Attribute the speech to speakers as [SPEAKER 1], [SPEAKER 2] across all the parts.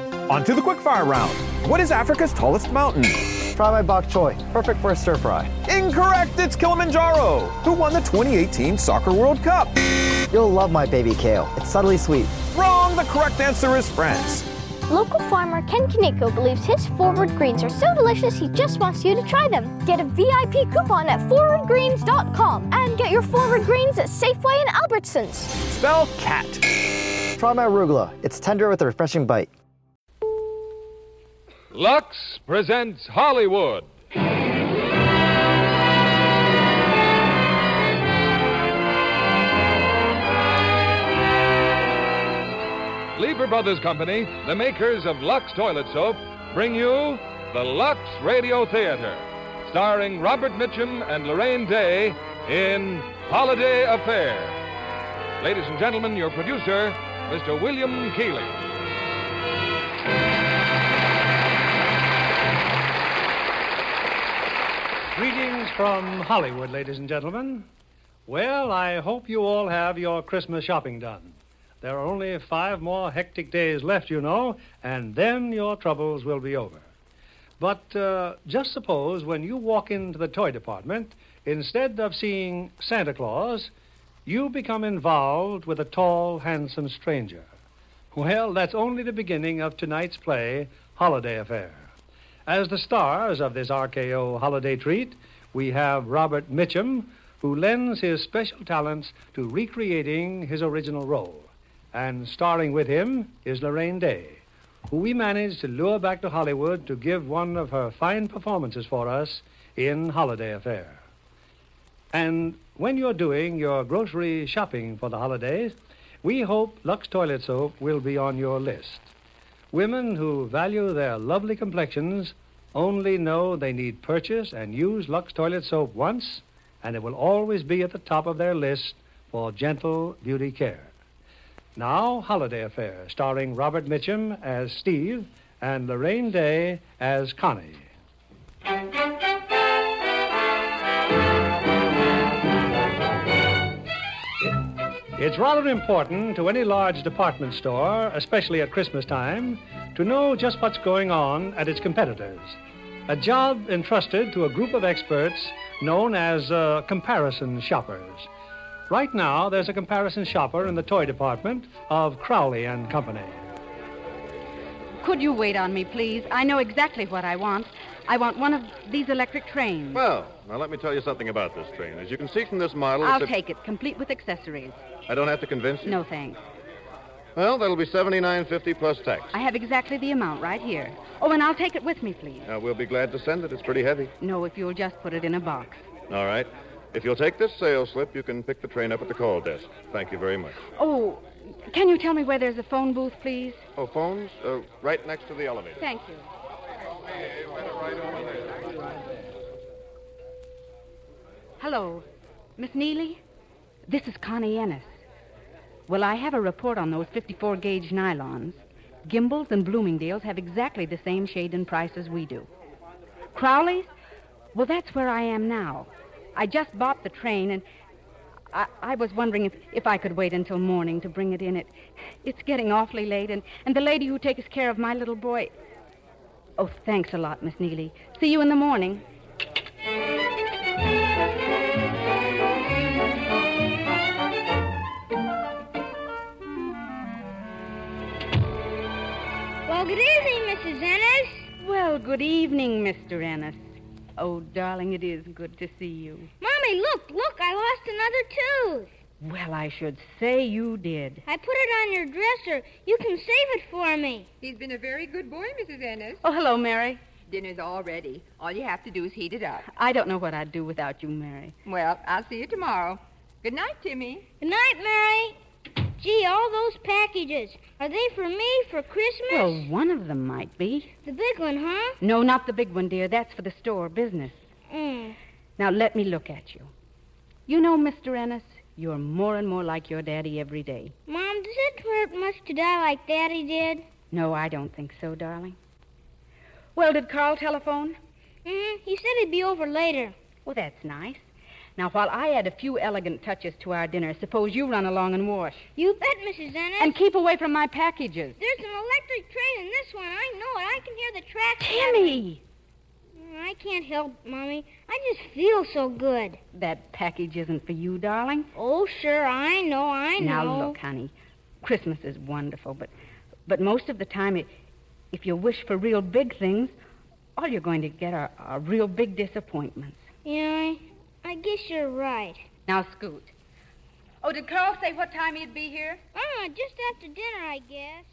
[SPEAKER 1] On to the quickfire round. What is Africa's tallest mountain?
[SPEAKER 2] Try my bok choy. Perfect for a stir fry.
[SPEAKER 1] Incorrect, it's Kilimanjaro. Who won the 2018 Soccer World Cup?
[SPEAKER 2] You'll love my baby kale. It's subtly sweet.
[SPEAKER 1] Wrong, the correct answer is France.
[SPEAKER 3] Local farmer Ken Kaneko believes his Forward Greens are so delicious he just wants you to try them. Get a VIP coupon at forwardgreens.com and get your Forward Greens at Safeway and Albertsons.
[SPEAKER 1] Spell cat.
[SPEAKER 2] Try my arugula. It's tender with a refreshing bite.
[SPEAKER 4] Lux presents Hollywood. Lever Brothers Company, the makers of Lux Toilet Soap, bring you the Lux Radio Theater, starring Robert Mitchum and Lorraine Day in Holiday Affair. Ladies and gentlemen, your producer, Mr. William Keeley.
[SPEAKER 5] Greetings from Hollywood, ladies and gentlemen. Well, I hope you all have your Christmas shopping done. There are only five more hectic days left, you know, and then your troubles will be over. But uh, just suppose when you walk into the toy department, instead of seeing Santa Claus, you become involved with a tall, handsome stranger. Well, that's only the beginning of tonight's play, Holiday Affair. As the stars of this RKO holiday treat, we have Robert Mitchum, who lends his special talents to recreating his original role. And starring with him is Lorraine Day, who we managed to lure back to Hollywood to give one of her fine performances for us in Holiday Affair. And when you're doing your grocery shopping for the holidays, we hope Lux Toilet Soap will be on your list. Women who value their lovely complexions only know they need purchase and use Lux Toilet Soap once, and it will always be at the top of their list for gentle beauty care. Now, Holiday Affair, starring Robert Mitchum as Steve and Lorraine Day as Connie. It's rather important to any large department store, especially at Christmas time, to know just what's going on at its competitors. A job entrusted to a group of experts known as uh, comparison shoppers. Right now, there's a comparison shopper in the toy department of Crowley and Company.
[SPEAKER 6] Could you wait on me, please? I know exactly what I want. I want one of these electric trains.
[SPEAKER 7] Well, now let me tell you something about this train. As you can see from this model,
[SPEAKER 6] I'll
[SPEAKER 7] it's a-
[SPEAKER 6] take it, complete with accessories.
[SPEAKER 7] I don't have to convince you.
[SPEAKER 6] No thanks.
[SPEAKER 7] Well, that'll be seventy-nine fifty plus tax.
[SPEAKER 6] I have exactly the amount right here. Oh, and I'll take it with me, please.
[SPEAKER 7] Uh, we'll be glad to send it. It's pretty heavy.
[SPEAKER 6] No, if you'll just put it in a box.
[SPEAKER 7] All right. If you'll take this sales slip, you can pick the train up at the call desk. Thank you very much.
[SPEAKER 6] Oh, can you tell me where there's a phone booth, please?
[SPEAKER 7] Oh, phones? Uh, right next to the elevator.
[SPEAKER 6] Thank you. Hello, Miss Neely. This is Connie Ennis. Well, I have a report on those 54 gauge nylons. Gimbals and Bloomingdale's have exactly the same shade and price as we do. Crowley's? Well, that's where I am now. I just bought the train, and I, I was wondering if, if I could wait until morning to bring it in. It, it's getting awfully late, and, and the lady who takes care of my little boy. Oh, thanks a lot, Miss Neely. See you in the morning.
[SPEAKER 8] Well, good evening, Mrs. Ennis.
[SPEAKER 6] Well, good evening, Mr. Ennis. Oh, darling, it is good to see you.
[SPEAKER 8] Mommy, look, look, I lost another tooth.
[SPEAKER 6] Well, I should say you did.
[SPEAKER 8] I put it on your dresser. You can save it for me.
[SPEAKER 9] He's been a very good boy, Mrs. Ennis.
[SPEAKER 6] Oh, hello, Mary.
[SPEAKER 9] Dinner's all ready. All you have to do is heat it up.
[SPEAKER 6] I don't know what I'd do without you, Mary.
[SPEAKER 9] Well, I'll see you tomorrow. Good night, Timmy.
[SPEAKER 8] Good night, Mary. Gee, all those packages. Are they for me for Christmas?
[SPEAKER 6] Well, one of them might be.
[SPEAKER 8] the big one, huh?
[SPEAKER 6] No, not the big one, dear. That's for the store business.
[SPEAKER 8] Mm.
[SPEAKER 6] Now, let me look at you. You know, Mr. Ennis, you're more and more like your daddy every day.
[SPEAKER 8] Mom, does it hurt much to die like Daddy did?
[SPEAKER 6] No, I don't think so, darling. Well, did Carl telephone?
[SPEAKER 8] Mm, he said he'd be over later.
[SPEAKER 6] Well, Oh, that's nice. Now, while I add a few elegant touches to our dinner, suppose you run along and wash.
[SPEAKER 8] You bet, Mrs. Ennis.
[SPEAKER 6] And keep away from my packages.
[SPEAKER 8] There's an electric train in this one. I back.
[SPEAKER 6] Timmy!
[SPEAKER 8] Mm, I can't help, Mommy. I just feel so good.
[SPEAKER 6] That package isn't for you, darling.
[SPEAKER 8] Oh, sure, I know, I know.
[SPEAKER 6] Now look, honey. Christmas is wonderful, but but most of the time, i if you wish for real big things, all you're going to get are, are real big disappointments.
[SPEAKER 8] Yeah, I, I guess you're right.
[SPEAKER 6] Now scoot.
[SPEAKER 9] Oh, did Carl say what time he'd be here?
[SPEAKER 8] Ah, just after dinner, I guess.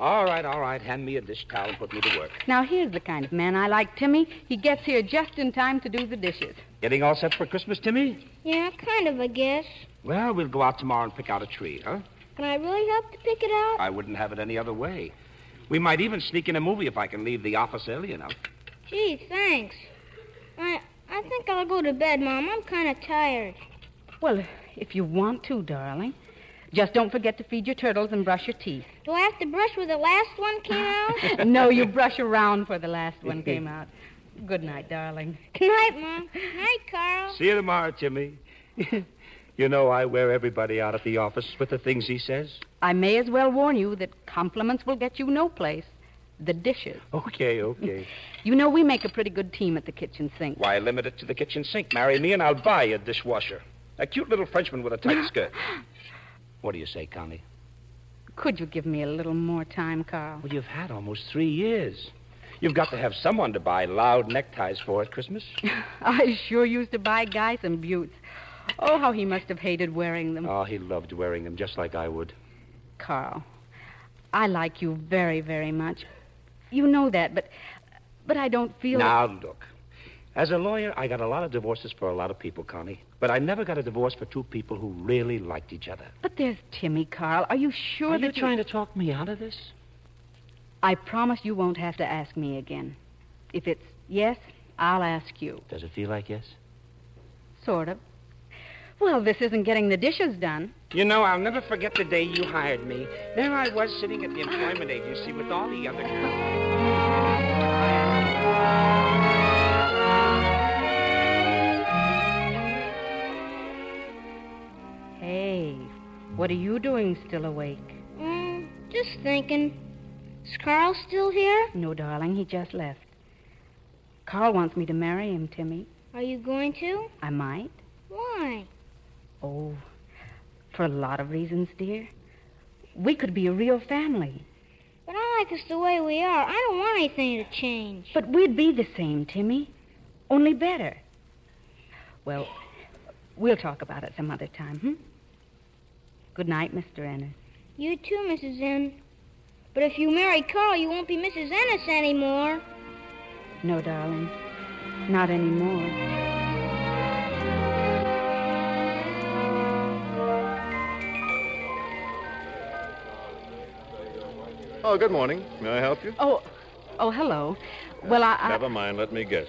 [SPEAKER 10] All right, all right. Hand me a dish towel and put me to work.
[SPEAKER 6] Now here's the kind of man I like, Timmy. He gets here just in time to do the dishes.
[SPEAKER 10] Getting all set for Christmas, Timmy?
[SPEAKER 8] Yeah, kind of, I guess.
[SPEAKER 10] Well, we'll go out tomorrow and pick out a tree, huh?
[SPEAKER 8] Can I really help to pick it out?
[SPEAKER 10] I wouldn't have it any other way. We might even sneak in a movie if I can leave the office early enough.
[SPEAKER 8] Gee, thanks. I I think I'll go to bed, Mom. I'm kind of tired.
[SPEAKER 6] Well, if you want to, darling. Just don't forget to feed your turtles and brush your teeth.
[SPEAKER 8] Do I have to brush where the last one came out?
[SPEAKER 6] no, you brush around where the last one came out. Good night, darling.
[SPEAKER 8] Good night, Mom. Good night, Carl.
[SPEAKER 10] See you tomorrow, Timmy. you know I wear everybody out at the office with the things he says.
[SPEAKER 6] I may as well warn you that compliments will get you no place. The dishes.
[SPEAKER 10] Okay, okay.
[SPEAKER 6] You know, we make a pretty good team at the kitchen sink.
[SPEAKER 10] Why limit it to the kitchen sink? Marry me and I'll buy you a dishwasher. A cute little Frenchman with a tight skirt. What do you say, Connie?
[SPEAKER 6] Could you give me a little more time, Carl?
[SPEAKER 10] Well, you've had almost three years. You've got to have someone to buy loud neckties for at Christmas.
[SPEAKER 6] I sure used to buy Guy some buttes. Oh, how he must have hated wearing them.
[SPEAKER 10] Oh, he loved wearing them just like I would.
[SPEAKER 6] Carl, I like you very, very much. You know that, but but I don't feel
[SPEAKER 10] Now, look. As a lawyer, I got a lot of divorces for a lot of people, Connie. But I never got a divorce for two people who really liked each other.
[SPEAKER 6] But there's Timmy, Carl. Are you sure
[SPEAKER 10] Are
[SPEAKER 6] that
[SPEAKER 10] you trying to talk me out of this?
[SPEAKER 6] I promise you won't have to ask me again. If it's yes, I'll ask you.
[SPEAKER 10] Does it feel like yes?
[SPEAKER 6] Sort of. Well, this isn't getting the dishes done.
[SPEAKER 10] You know, I'll never forget the day you hired me. There I was sitting at the employment agency with all the other girls.
[SPEAKER 6] Hey, what are you doing still awake?
[SPEAKER 8] Mm, just thinking. Is Carl still here?
[SPEAKER 6] No, darling, he just left. Carl wants me to marry him, Timmy.
[SPEAKER 8] Are you going to?
[SPEAKER 6] I might.
[SPEAKER 8] Why?
[SPEAKER 6] Oh, for a lot of reasons, dear. We could be a real family.
[SPEAKER 8] But I like us the way we are. I don't want anything to change.
[SPEAKER 6] But we'd be the same, Timmy. Only better. Well, we'll talk about it some other time, hmm? Good night, Mr. Ennis.
[SPEAKER 8] You too, Mrs. N. But if you marry Carl, you won't be Mrs. Ennis anymore.
[SPEAKER 6] No, darling. Not anymore.
[SPEAKER 7] Oh, good morning. May I help you?
[SPEAKER 6] Oh, oh, hello. Well, I, I
[SPEAKER 7] Never mind. Let me guess.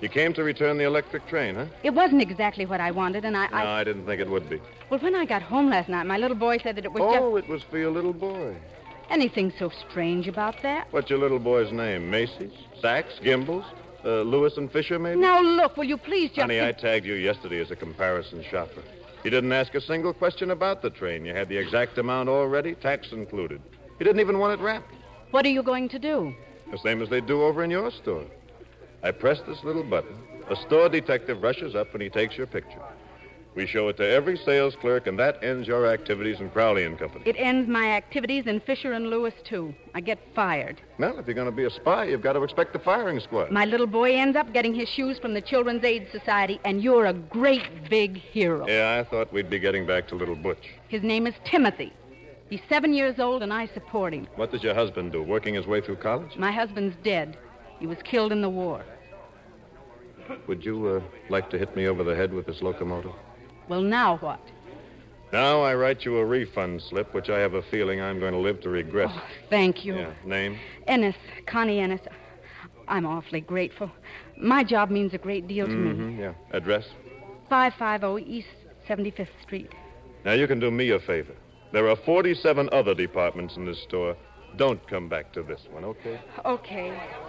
[SPEAKER 7] You came to return the electric train, huh?
[SPEAKER 6] it wasn't exactly what I wanted, and I,
[SPEAKER 7] No,
[SPEAKER 6] I
[SPEAKER 7] I didn't think it would be.
[SPEAKER 6] well, when I got home last night, my little boy said that it was
[SPEAKER 7] Oh, it was for your little boy.
[SPEAKER 6] just anything so strange about that.
[SPEAKER 7] What's your little boy's name? Macy's? Saks? Gimbals? Uh, Lewis and Fisher, maybe?
[SPEAKER 6] Now look, will you please just?
[SPEAKER 7] Honey, I tagged you yesterday as a comparison shopper. You didn't ask a single question about the train. You had the exact amount already, tax included. You didn't even want it wrapped,
[SPEAKER 6] What are you going to do?
[SPEAKER 7] the same as they do over in your store. I press this little button. A store detective rushes up and he takes your picture. We show it to every sales clerk, and that ends your activities in Crowley and Company.
[SPEAKER 6] It ends my activities in Fisher and Lewis too. I get fired.
[SPEAKER 7] Well, if you're going to be a spy, you've got to expect the firing squad.
[SPEAKER 6] My little boy ends up getting his shoes from the Children's Aid Society, and you're a great big hero.
[SPEAKER 7] Yeah, I thought we'd be getting back to little Butch.
[SPEAKER 6] His name is Timothy. He's seven years old, and I support him.
[SPEAKER 7] What does your husband do? Working his way through college?
[SPEAKER 6] My husband's dead. He was killed in the war.
[SPEAKER 7] Would you uh, like to hit me over the head with this locomotive?
[SPEAKER 6] Well, now what?
[SPEAKER 7] Now I write you a refund slip, which I have a feeling I'm going to live to regret.
[SPEAKER 6] Oh, thank you.
[SPEAKER 7] yeah, name?
[SPEAKER 6] Ennis, Connie Ennis, I'm awfully grateful. My job means a great deal to me.
[SPEAKER 7] Mm-hmm, Yeah, address.
[SPEAKER 6] 550 East 75th Street.
[SPEAKER 7] Now you can do me a favor. There are 47 other departments in this store. Don't come back to this one, okay?
[SPEAKER 6] Okay.
[SPEAKER 10] Now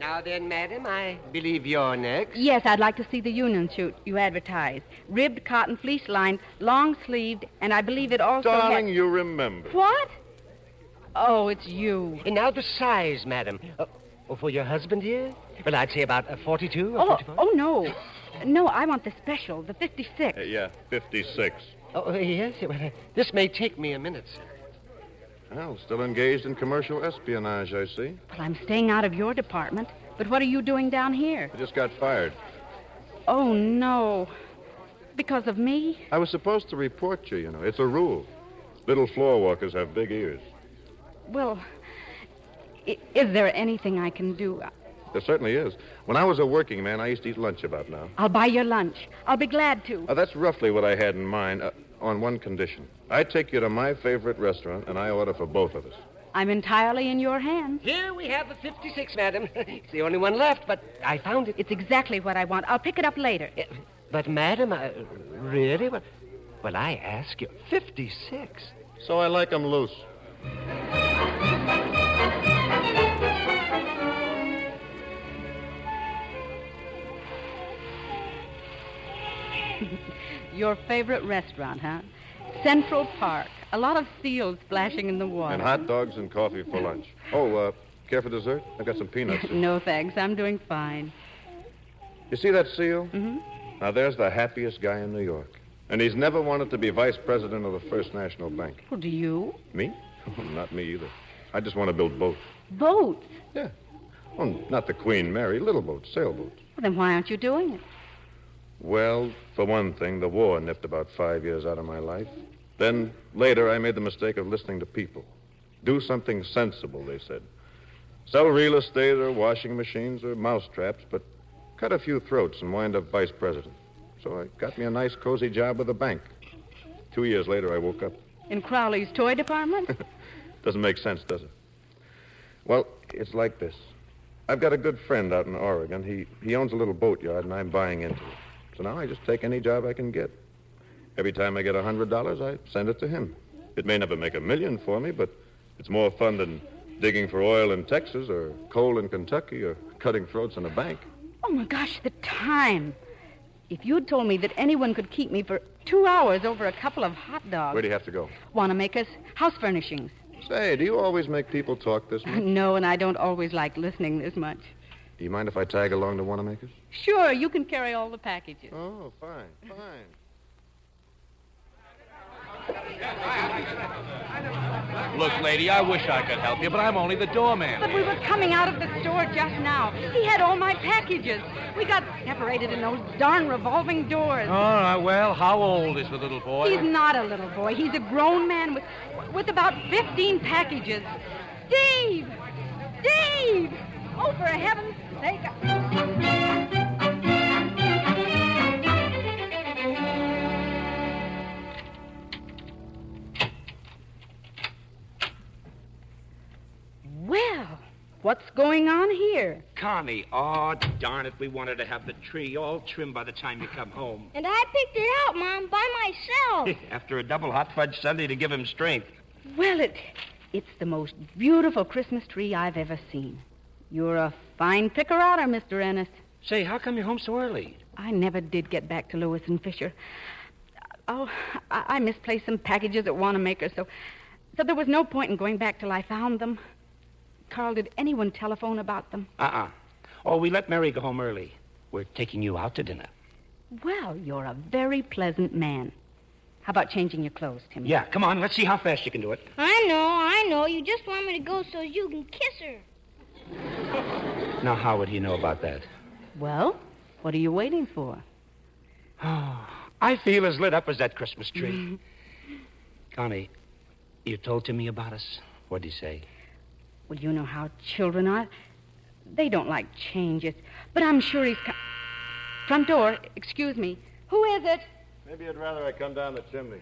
[SPEAKER 11] Now then, madam, I believe you're next.
[SPEAKER 6] Yes, I'd like to see the union suit you advertised. Ribbed cotton, fleece lined, long sleeved, and I believe it also. had-
[SPEAKER 7] Darling, you remember.
[SPEAKER 6] What? Oh, it's you.
[SPEAKER 11] And now the size, madam. Uh, oh, for your husband here? Well, I'd say about uh, 42 or
[SPEAKER 6] Oh,
[SPEAKER 11] 45.
[SPEAKER 6] oh, no. No, I want the special, the 56.
[SPEAKER 7] Uh, yeah, 56.
[SPEAKER 11] Oh, uh, yes. Well, uh, this may take me a minute, sir.
[SPEAKER 7] Well, still engaged in commercial espionage, I see.
[SPEAKER 6] Well, I'm staying out of your department, but what are you doing down here?
[SPEAKER 7] I just got fired.
[SPEAKER 6] Oh, no. Because of me?
[SPEAKER 7] I was supposed to report you, you know. It's a rule. Little floorwalkers have big ears.
[SPEAKER 6] Well, i- is there anything I can do?
[SPEAKER 7] There certainly is. When I was a working man, I used to eat lunch about now.
[SPEAKER 6] I'll buy your lunch. I'll be glad to.
[SPEAKER 7] Uh, that's roughly what I had in mind, uh, on one condition. I take you to my favorite restaurant, and I order for both of us.
[SPEAKER 6] I'm entirely in your hands.
[SPEAKER 11] Here we have the 56, madam. it's the only one left, but I found it.
[SPEAKER 6] It's exactly what I want. I'll pick it up later.
[SPEAKER 11] But, madam, uh, really? Well, well, I ask you, 56.
[SPEAKER 7] So I like 'em loose.
[SPEAKER 6] Your favorite restaurant, huh? Central Park. A lot of seals splashing in the water.
[SPEAKER 7] And hot dogs and coffee for lunch. Oh, uh, care for dessert? I've got some peanuts.
[SPEAKER 6] no thanks. I'm doing fine.
[SPEAKER 7] You see that seal? Mm-hmm. Now, there's the happiest guy in New York. And he's never wanted to be vice president of the First National Bank.
[SPEAKER 6] Well, do you?
[SPEAKER 7] Me? not me either. I just want to build boats.
[SPEAKER 6] Boats.
[SPEAKER 7] Yeah. Oh, not the Queen Mary, little boats, sailboats.
[SPEAKER 6] Well, then why aren't you doing it?
[SPEAKER 7] Well, for one thing, the war nipped about five years out of my life. Then later, I made the mistake of listening to people. Do something sensible, they said. Sell real estate or washing machines or mousetraps, but cut a few throats and wind up vice president. So I got me a nice, cozy job with a bank. Two years later, I woke up.
[SPEAKER 6] In Crowley's toy department?
[SPEAKER 7] Doesn't make sense, does it? Well, it's like this. I've got a good friend out in Oregon. He, he owns a little boatyard, and I'm buying into it. So now I just take any job I can get. Every time I get a $100, I send it to him. It may never make a million for me, but it's more fun than digging for oil in Texas or coal in Kentucky or cutting throats in a bank.
[SPEAKER 6] oh, my gosh, the time. If you'd told me that anyone could keep me for two hours over a couple of hot dogs.
[SPEAKER 7] Where do you have to go?
[SPEAKER 6] Wanamaker's house furnishings.
[SPEAKER 7] Say, do you always make people talk this much?
[SPEAKER 6] No, and I don't always like listening this much.
[SPEAKER 7] Do you mind if I tag along to Wanamaker's?
[SPEAKER 6] Sure, you can carry all the packages.
[SPEAKER 7] Oh, fine, fine.
[SPEAKER 12] Look, lady, I wish I could help you, but I'm only the doorman.
[SPEAKER 6] But we were coming out of the store just now. He had all my packages. We got separated in those darn revolving doors.
[SPEAKER 12] All right, well, how old is the little boy?
[SPEAKER 6] He's not a little boy. He's a grown man with with about 15 packages. Steve! Steve! Oh, for heaven's sake. Well, what's going on here?
[SPEAKER 10] Connie, oh, darn it, we wanted to have the tree all trimmed by the time you come home.
[SPEAKER 8] And I picked it out, Mom, by myself.
[SPEAKER 10] After a double hot fudge Sunday to give him strength.
[SPEAKER 6] Well, it it's the most beautiful Christmas tree I've ever seen. You're a fine picker-outer, Mr. Ennis.
[SPEAKER 10] Say, how come you're home so early?
[SPEAKER 6] I never did get back to Lewis and Fisher. Oh, I, I misplaced some packages at Wanamaker, so so there was no point in going back till I found them. Carl, did anyone telephone about them?
[SPEAKER 10] Uh-uh. Oh, we let Mary go home early. We're taking you out to dinner.
[SPEAKER 6] Well, you're a very pleasant man. How about changing your clothes, Timmy?
[SPEAKER 10] Yeah, come on, let's see how fast you can do it.
[SPEAKER 8] I know, I know. You just want me to go so you can kiss her.
[SPEAKER 10] Now, how would he know about that?
[SPEAKER 6] Well, what are you waiting for?
[SPEAKER 10] Oh, I feel as lit up as that Christmas
[SPEAKER 6] Mm-hmm.
[SPEAKER 10] tree. Connie, you told Timmy about us. What'd he say?
[SPEAKER 6] Well, you know how children are. They don't like changes. But I'm sure he's. Co- Front door, excuse me. Who is it?
[SPEAKER 7] Maybe you'd rather I come down the chimney.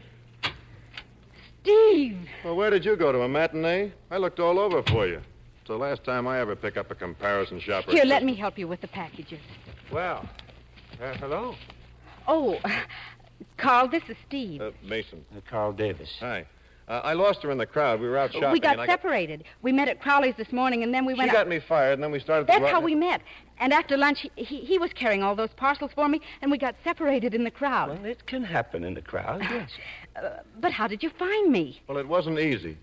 [SPEAKER 6] Steve!
[SPEAKER 7] Well, where did you go to a matinee? I looked all over for you. It's the last time I ever pick up a comparison shopper.
[SPEAKER 6] Here, let me help you with the packages.
[SPEAKER 7] Well, uh, hello.
[SPEAKER 6] Oh, Carl, this is Steve.
[SPEAKER 7] Uh, Mason.
[SPEAKER 10] Carl Davis.
[SPEAKER 7] Hi. Uh, I lost her in the crowd. We were out shopping.
[SPEAKER 6] we got
[SPEAKER 7] and I
[SPEAKER 6] separated. We met at Crowley's this morning, and then we
[SPEAKER 7] She
[SPEAKER 6] went
[SPEAKER 7] got
[SPEAKER 6] out.
[SPEAKER 7] me fired, and then we started. to
[SPEAKER 6] That's
[SPEAKER 7] go out
[SPEAKER 6] how
[SPEAKER 7] and-
[SPEAKER 6] we met. And after lunch, he, he, he was carrying all those parcels for me, and we got separated in the crowd.
[SPEAKER 10] Well, it can happen in the crowd, yes.
[SPEAKER 6] Uh, but how did you find me?
[SPEAKER 7] Well, it wasn't easy.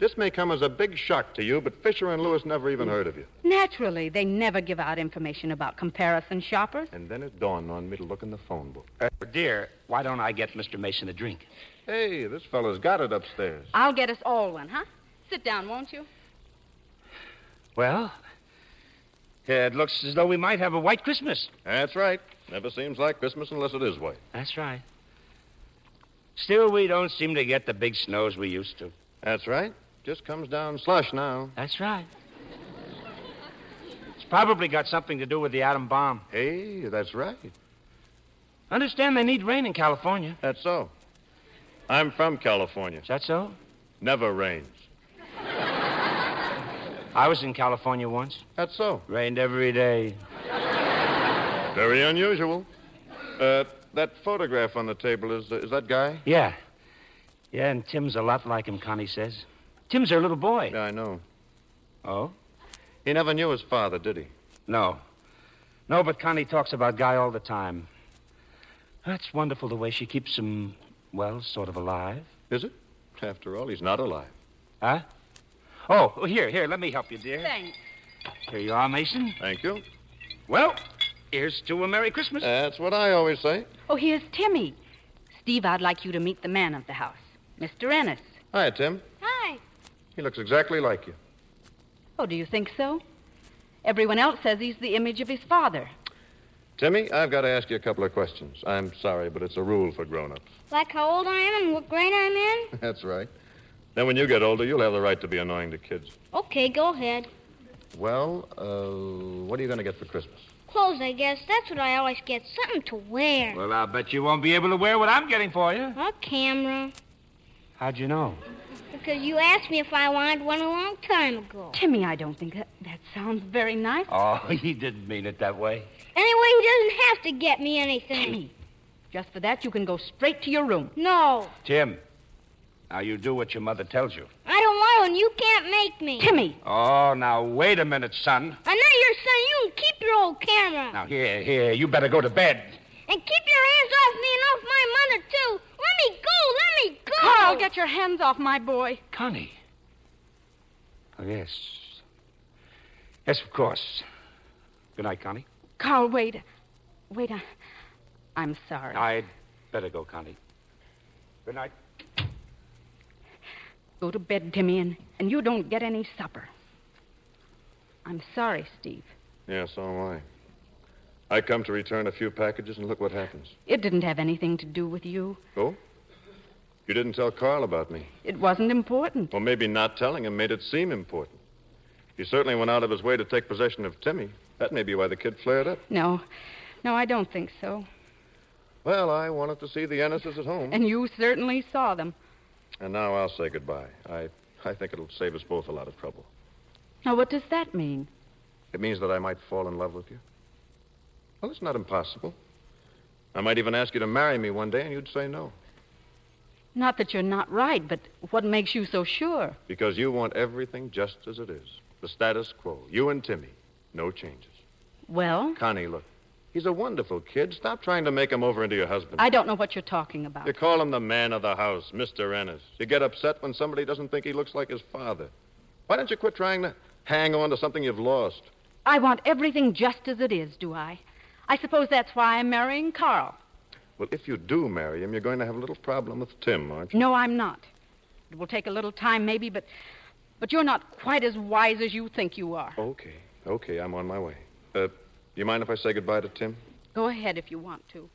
[SPEAKER 7] This may come as a big shock to you, but Fisher and Lewis never even heard of you.
[SPEAKER 6] Naturally, they never give out information about comparison shoppers.
[SPEAKER 7] And then it dawned on me to look in the phone book.
[SPEAKER 10] Uh, dear, why don't I get Mr. Mason a drink?
[SPEAKER 7] Hey, this fellow's got it upstairs.
[SPEAKER 6] I'll get us all one, huh? Sit down, won't you?
[SPEAKER 10] Well, it looks as though we might have a white Christmas.
[SPEAKER 7] That's right. Never seems like Christmas unless it is white.
[SPEAKER 10] That's right. Still, we don't seem to get the big snows we used to.
[SPEAKER 7] That's right. Just comes down slush now.
[SPEAKER 10] That's right. It's probably got something to do with the atom bomb.
[SPEAKER 7] Hey, that's right.
[SPEAKER 10] Understand they need rain in California.
[SPEAKER 7] That's so. I'm from California. Is
[SPEAKER 10] that so?
[SPEAKER 7] Never rains.
[SPEAKER 10] I was in California once.
[SPEAKER 7] That's so.
[SPEAKER 10] Rained every day.
[SPEAKER 7] Very unusual. Uh, that photograph on the table is uh, is that guy?
[SPEAKER 10] Yeah. Yeah, and Tim's a lot like him, Connie says. Tim's her little boy.
[SPEAKER 7] Yeah, I know.
[SPEAKER 10] Oh?
[SPEAKER 7] He never knew his father, did he?
[SPEAKER 10] No. No, but Connie talks about Guy all the time. That's wonderful the way she keeps him, well, sort of alive.
[SPEAKER 7] Is it? After all, he's not alive.
[SPEAKER 10] Huh? Oh, here, here, let me help you, dear.
[SPEAKER 6] Thanks.
[SPEAKER 10] Here you are, Mason.
[SPEAKER 7] Thank you.
[SPEAKER 10] Well, here's to a Merry Christmas.
[SPEAKER 7] That's what I always say.
[SPEAKER 6] Oh, here's Timmy. Steve, I'd like you to meet the man of the house, Mr. Ennis.
[SPEAKER 7] Hi, Tim.
[SPEAKER 8] Hi.
[SPEAKER 7] He looks exactly like you.
[SPEAKER 6] Oh, do you think so? Everyone else says he's the image of his father.
[SPEAKER 7] Timmy, I've got to ask you a couple of questions. I'm sorry, but it's a rule for grown-ups.
[SPEAKER 8] Like how old I am and what grade I'm in?
[SPEAKER 7] That's right. Then when you get older, you'll have the right to be annoying to kids.
[SPEAKER 8] Okay, go ahead.
[SPEAKER 7] Well, uh, what are you going to get for Christmas?
[SPEAKER 8] Clothes, I guess. That's what I always get. Something to wear.
[SPEAKER 10] Well, I'll bet you won't be able to wear what I'm getting for you.
[SPEAKER 8] A camera.
[SPEAKER 10] How'd you know?
[SPEAKER 8] Because you asked me if I wanted one a long time ago.
[SPEAKER 6] Timmy, I don't think that, that sounds very nice.
[SPEAKER 10] Oh, he didn't mean it that way.
[SPEAKER 8] Anyway, he doesn't have to get me anything.
[SPEAKER 6] Just for that, you can go straight to your room.
[SPEAKER 8] No,
[SPEAKER 10] Tim, now you do what your mother tells you.
[SPEAKER 8] I don't want one. You can't make me.
[SPEAKER 6] Timmy!
[SPEAKER 10] Oh, now wait a minute, son.
[SPEAKER 8] I'm not your son. You can keep your old camera.
[SPEAKER 10] Now here, here, you better go to bed.
[SPEAKER 8] And keep your hands off me and off my mother, too. Let me go. Let me go.
[SPEAKER 6] Carl, get your hands off my boy.
[SPEAKER 10] Connie. Oh, yes. Yes, of course. Good night, Connie.
[SPEAKER 6] Carl, wait. Wait, I, I'm sorry.
[SPEAKER 10] I'd better go, Connie. Good night.
[SPEAKER 6] Go to bed, Timmy, and, and you don't get any supper. I'm sorry, Steve.
[SPEAKER 7] Yeah, so am I. I come to return a few packages, and look what happens.
[SPEAKER 6] It didn't have anything to do with you.
[SPEAKER 7] Oh? You didn't tell Carl about me.
[SPEAKER 6] It wasn't important.
[SPEAKER 7] Well, maybe not telling him made it seem important. He certainly went out of his way to take possession of Timmy. That may be why the kid flared up.
[SPEAKER 6] No. No, I don't think so.
[SPEAKER 7] Well, I wanted to see the Ennises at home.
[SPEAKER 6] And you certainly saw them.
[SPEAKER 7] And now I'll say goodbye. I, I think it'll save us both a lot of trouble.
[SPEAKER 6] Now, what does that mean?
[SPEAKER 7] It means that I might fall in love with you. Well, it's not impossible. I might even ask you to marry me one day, and you'd say no.
[SPEAKER 6] Not that you're not right, but what makes you so sure?
[SPEAKER 7] Because you want everything just as it is the status quo. You and Timmy. No changes.
[SPEAKER 6] Well,
[SPEAKER 7] Connie, look. He's a wonderful kid. Stop trying to make him over into your husband.
[SPEAKER 6] I don't know what you're talking about.
[SPEAKER 7] You call him the man of the house, Mr. Ennis. You get upset when somebody doesn't think he looks like his father. Why don't you quit trying to hang on to something you've lost?
[SPEAKER 6] I want everything just as it is, do I? I suppose that's why I'm marrying Carl.
[SPEAKER 7] Well, if you do marry him, you're going to have a little problem with Tim, aren't you?
[SPEAKER 6] No, I'm not. It will take a little time, maybe, but but you're not quite as wise as you think you are.
[SPEAKER 7] Okay, okay, I'm on my way. Uh, you mind if I say goodbye to Tim?
[SPEAKER 6] Go ahead if you want to.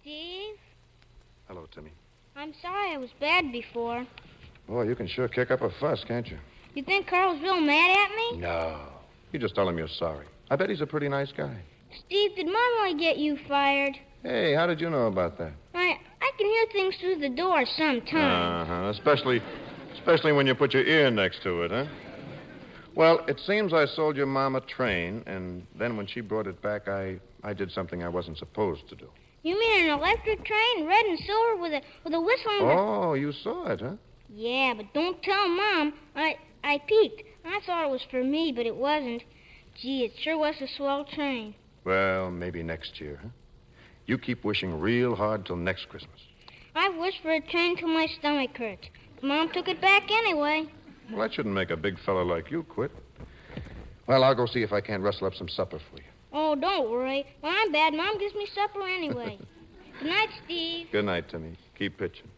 [SPEAKER 8] Steve,
[SPEAKER 7] Hello, Timmy.
[SPEAKER 8] I'm sorry I was bad before.
[SPEAKER 7] Boy, you can sure kick up a fuss, can't you?
[SPEAKER 8] You think Carl's real mad at me?
[SPEAKER 7] No. You just tell him you're sorry. I bet he's a pretty nice guy.
[SPEAKER 8] Steve, did Mom really get you fired?
[SPEAKER 7] Hey, how did you know about that?
[SPEAKER 8] I I can hear things through the door sometimes.
[SPEAKER 7] Uh-huh. Especially, especially when you put your ear next to it, huh? Well, it seems I sold your mom a train, and then when she brought it back, I, I did something I wasn't supposed to do.
[SPEAKER 8] You mean an electric train, red and silver, with a with a whistle? And a...
[SPEAKER 7] Oh, you saw it, huh?
[SPEAKER 8] Yeah, but don't tell Mom. I I peeked. I thought it was for me, but it wasn't. Gee, it sure was a swell train.
[SPEAKER 7] Well, maybe next year, huh? You keep wishing real hard till next Christmas.
[SPEAKER 8] I've wished for a train till my stomach hurts. Mom took it back anyway.
[SPEAKER 7] Well, that shouldn't make a big fellow like you quit. Well, I'll go see if I can't rustle up some supper for you.
[SPEAKER 8] Oh, don't worry. When I'm bad, Mom gives me supper anyway. Good night, Steve.
[SPEAKER 7] Good night, Timmy. Keep pitching.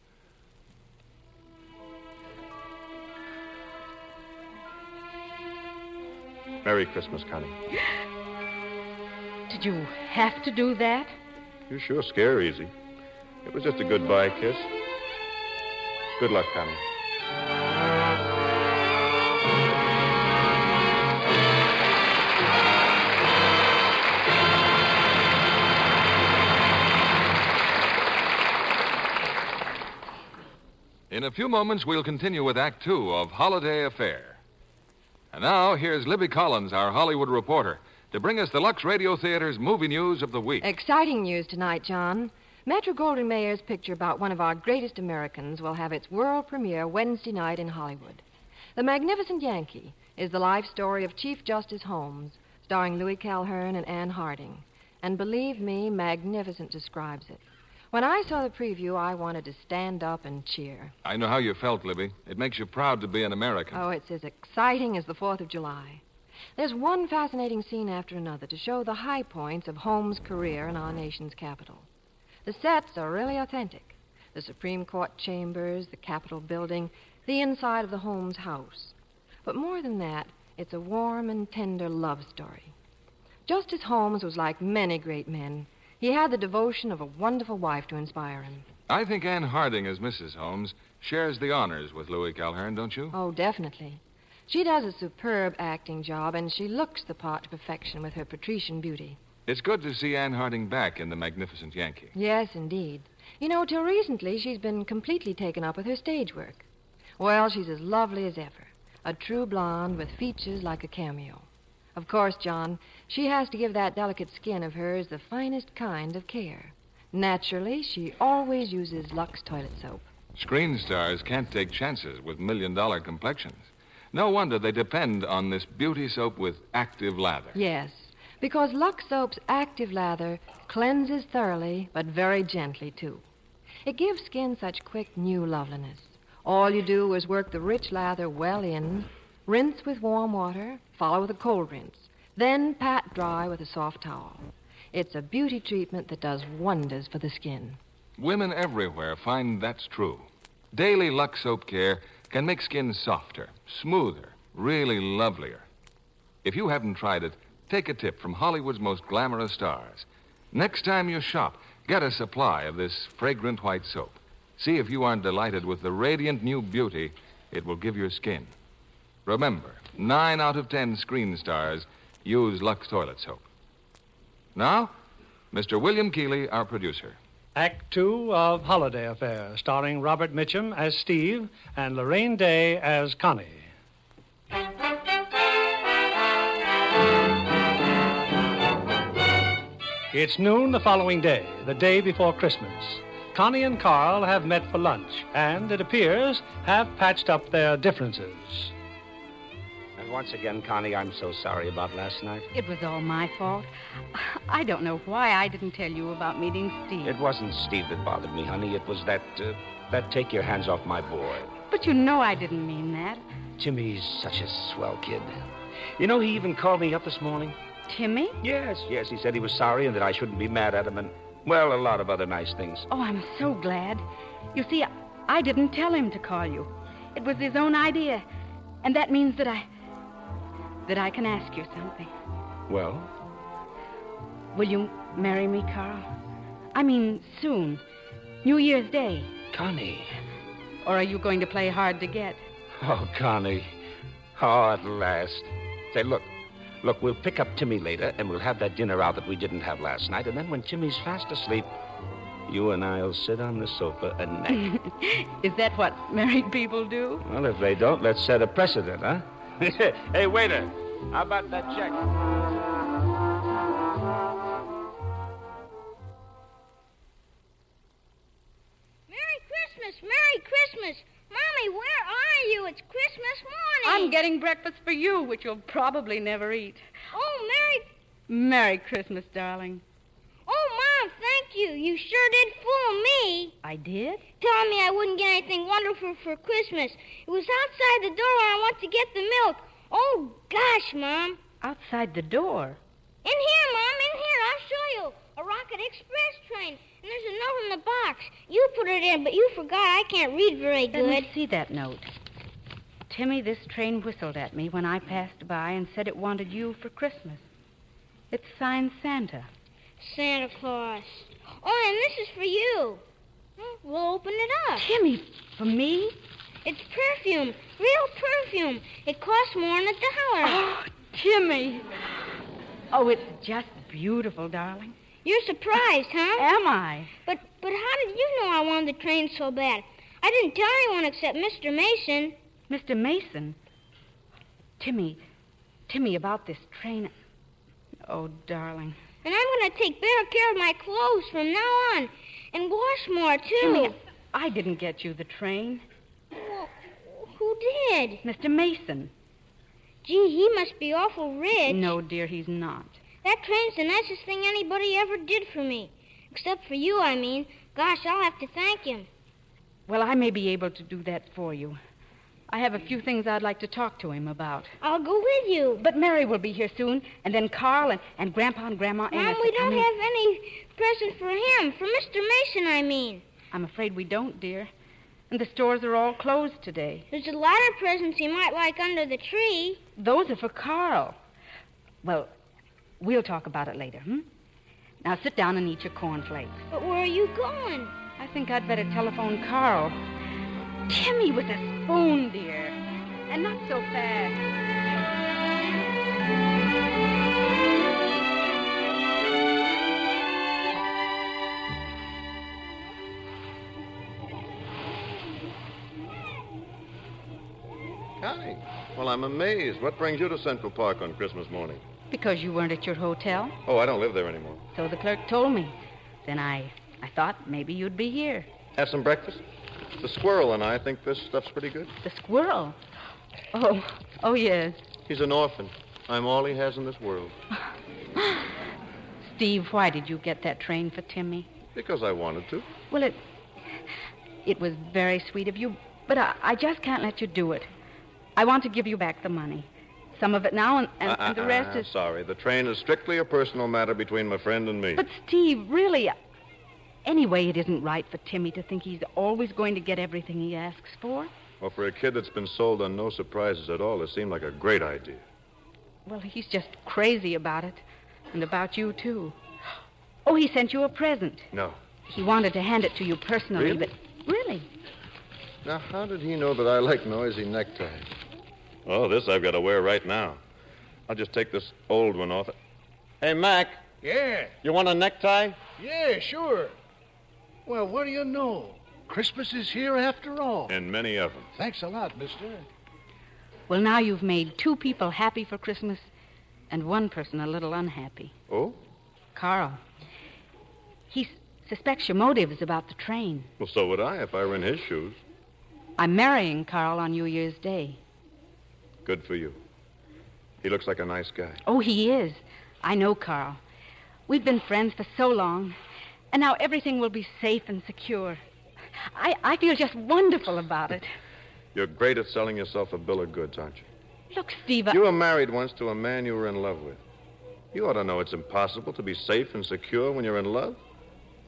[SPEAKER 7] Merry Christmas, Connie.
[SPEAKER 6] Did you have to do that?
[SPEAKER 7] You sure scare easy. It was just a goodbye kiss. Good luck, Connie.
[SPEAKER 4] In a few moments, we'll continue with Act Two of Holiday Affair. And now, here's Libby Collins, our Hollywood reporter, to bring us the Lux Radio Theater's movie news of the week.
[SPEAKER 13] Exciting news tonight, John. Metro Goldwyn Mayer's picture about one of our greatest Americans will have its world premiere Wednesday night in Hollywood. The Magnificent Yankee is the life story of Chief Justice Holmes, starring Louis Calhern and Anne Harding. And believe me, magnificent describes it. When I saw the preview, I wanted to stand up and cheer.
[SPEAKER 4] I know how you felt, Libby. It makes you proud to be an American.
[SPEAKER 13] Oh, it's as exciting as the 4th of July. There's one fascinating scene after another to show the high points of Holmes' career in our nation's capital. The sets are really authentic the Supreme Court chambers, the Capitol building, the inside of the Holmes house. But more than that, it's a warm and tender love story. Justice Holmes was like many great men. He had the devotion of a wonderful wife to inspire him.
[SPEAKER 4] I think Anne Harding, as Mrs. Holmes, shares the honors with Louis Calhern, don't you?
[SPEAKER 13] Oh, definitely. She does a superb acting job, and she looks the part to perfection with her patrician beauty.
[SPEAKER 4] It's good to see Anne Harding back in The Magnificent Yankee.
[SPEAKER 13] Yes, indeed. You know, till recently, she's been completely taken up with her stage work. Well, she's as lovely as ever, a true blonde with features like a cameo. Of course, John, she has to give that delicate skin of hers the finest kind of care. Naturally, she always uses Lux toilet soap.
[SPEAKER 4] Screen stars can't take chances with million dollar complexions. No wonder they depend on this beauty soap with active lather.
[SPEAKER 13] Yes, because Lux Soap's active lather cleanses thoroughly, but very gently, too. It gives skin such quick new loveliness. All you do is work the rich lather well in, rinse with warm water, follow with a cold rinse, then pat dry with a soft towel. It's a beauty treatment that does wonders for the skin.
[SPEAKER 4] Women everywhere find that's true. Daily Lux soap care can make skin softer, smoother, really lovelier. If you haven't tried it, take a tip from Hollywood's most glamorous stars. Next time you shop, get a supply of this fragrant white soap. See if you aren't delighted with the radiant new beauty it will give your skin. Remember, nine out of ten screen stars use Lux Toilet Soap. Now, Mr. William Keeley, our producer.
[SPEAKER 5] Act Two of Holiday Affair, starring Robert Mitchum as Steve and Lorraine Day as Connie. It's noon the following day, the day before Christmas. Connie and Carl have met for lunch and, it appears, have patched up their differences.
[SPEAKER 10] And once again, Connie, I'm so sorry about last night.
[SPEAKER 6] It was all my fault. I don't know why I didn't tell you about meeting Steve.
[SPEAKER 10] It wasn't Steve that bothered me, honey. It was that, uh, that take your hands off my boy.
[SPEAKER 6] But you know I didn't mean that.
[SPEAKER 10] Timmy's such a swell kid. You know, he even called me up this morning.
[SPEAKER 6] Timmy?
[SPEAKER 10] Yes, yes. He said he was sorry and that I shouldn't be mad at him and, well, a lot of other nice things.
[SPEAKER 6] Oh, I'm so glad. You see, I didn't tell him to call you. It was his own idea. And that means that I. that I can ask you something.
[SPEAKER 10] Well?
[SPEAKER 6] Will you marry me, Carl? I mean, soon. New Year's Day.
[SPEAKER 10] Connie.
[SPEAKER 6] Or are you going to play hard to get?
[SPEAKER 10] Oh, Connie. Oh, at last. Say, look. Look, we'll pick up Timmy later, and we'll have that dinner out that we didn't have last night. And then when Timmy's fast asleep, you and I'll sit on the sofa and neck.
[SPEAKER 6] Is that what married people do?
[SPEAKER 10] well, if they don't, let's set a precedent, huh? hey, waiter, how about that check?
[SPEAKER 8] Christmas. Mommy, where are you? It's Christmas morning.
[SPEAKER 6] I'm getting breakfast for you, which you'll probably never eat.
[SPEAKER 8] Oh, Merry.
[SPEAKER 6] Merry Christmas, darling.
[SPEAKER 8] Oh, Mom, thank you. You sure did fool me.
[SPEAKER 6] I did?
[SPEAKER 8] Telling me I wouldn't get anything wonderful for Christmas. It was outside the door when I went to get the milk. Oh, gosh, Mom.
[SPEAKER 6] Outside the door.
[SPEAKER 8] In here, Mom, in here. I'll show you. A Rocket Express train. And there's a note in the box. You put it in, but you forgot I can't read very
[SPEAKER 6] Let me
[SPEAKER 8] good.
[SPEAKER 6] see that note. Timmy, this train whistled at me when I passed by and said it wanted you for Christmas. It's signed Santa.
[SPEAKER 8] Santa Claus. Oh, and this is for you. Hmm, We'll open it up.
[SPEAKER 6] Timmy, for me?
[SPEAKER 8] It's perfume. Real perfume. It costs more than a dollar.
[SPEAKER 6] Oh, Timmy. Oh, it's just beautiful, darling.
[SPEAKER 8] You're surprised, huh?
[SPEAKER 6] Am I?
[SPEAKER 8] But but how did you know I wanted the train so bad? I didn't tell anyone except Mr. Mason.
[SPEAKER 6] Mr. Mason? Timmy, Timmy, about this train. Oh, darling.
[SPEAKER 8] And I'm going to take better care of my clothes from now on. And wash more, too.
[SPEAKER 6] Timmy, I didn't get you the train.
[SPEAKER 8] Well, who did?
[SPEAKER 6] Mr. Mason.
[SPEAKER 8] Gee, he must be awful rich.
[SPEAKER 6] No, dear, he's not.
[SPEAKER 8] That train's the nicest thing anybody ever did for me. Except for you, I mean. Gosh, I'll have to thank him.
[SPEAKER 6] Well, I may be able to do that for you. I have a few things I'd like to talk to him about.
[SPEAKER 8] I'll go with you.
[SPEAKER 6] But Mary will be here soon, and then Carl and, and Grandpa and Grandma and.
[SPEAKER 8] Mom, we don't have any present for him. For Mr. Mason, I mean.
[SPEAKER 6] I'm afraid we don't, dear. And the stores are all closed today.
[SPEAKER 8] There's a lot of presents he might like under the tree.
[SPEAKER 6] Those are for Carl. Well, we'll talk about it later, hmm? Now sit down and eat your cornflakes.
[SPEAKER 8] But where are you going?
[SPEAKER 6] I think I'd better telephone Carl. Timmy with a spoon, dear. And not so fast.
[SPEAKER 7] Connie, well, I'm amazed. What brings you to Central Park on Christmas morning?
[SPEAKER 6] Because you weren't at your hotel,
[SPEAKER 7] Oh, I don't live there anymore.
[SPEAKER 6] so the clerk told me. Then I, I thought maybe you'd be here.
[SPEAKER 7] Have some breakfast? The squirrel and I think this stuff's pretty good.
[SPEAKER 6] The squirrel. Oh, oh yes.
[SPEAKER 7] He's an orphan. I'm all he has in this world.
[SPEAKER 6] Steve, why did you get that train for Timmy?
[SPEAKER 7] Because I wanted to.
[SPEAKER 6] Well, it, it was very sweet of you, but I, I just can't let you do it. I want to give you back the money. Some of it now, and, and, and the
[SPEAKER 7] Uh-uh-uh,
[SPEAKER 6] rest is.
[SPEAKER 7] ah, Sorry, the train is strictly a personal matter between my friend and me.
[SPEAKER 6] But Steve, really, anyway, it isn't right for Timmy to think he's always going to get everything he asks for.
[SPEAKER 7] Well, for a kid that's been sold on no surprises at all, this seemed like a great idea.
[SPEAKER 6] Well, he's just crazy about it, and about you too. Oh, he sent you a present.
[SPEAKER 7] No.
[SPEAKER 6] He wanted to hand it to you personally,
[SPEAKER 7] Really?
[SPEAKER 6] but really,
[SPEAKER 7] Now, how did he know that I like noisy neckties? Oh, this I've got to wear right now. I'll just take this old one off. Hey, Mac,
[SPEAKER 14] Yeah,
[SPEAKER 7] you want a necktie?
[SPEAKER 14] yeah, sure. Well, what do you know? Christmas is here after all.
[SPEAKER 7] And many of them.
[SPEAKER 14] Thanks a lot, mister.
[SPEAKER 6] well, now you've made two people happy for Christmas, and one person a little unhappy.
[SPEAKER 7] Oh?
[SPEAKER 6] Carl. He s- suspects your motives about the train.
[SPEAKER 7] Well, so would I if I were in his shoes.
[SPEAKER 6] I'm marrying Carl on New Year's Day.
[SPEAKER 7] Good for you. He looks like a nice guy.
[SPEAKER 6] Oh, he is. I know Carl. We've been friends for so long, and now everything will be safe and secure. I, I feel just wonderful about it.
[SPEAKER 7] You're great at selling yourself a bill of goods, aren't you?
[SPEAKER 6] Look, Steve, I-
[SPEAKER 7] You were married once to a man you were in love with. You ought to know it's impossible to be safe and secure when you're in love.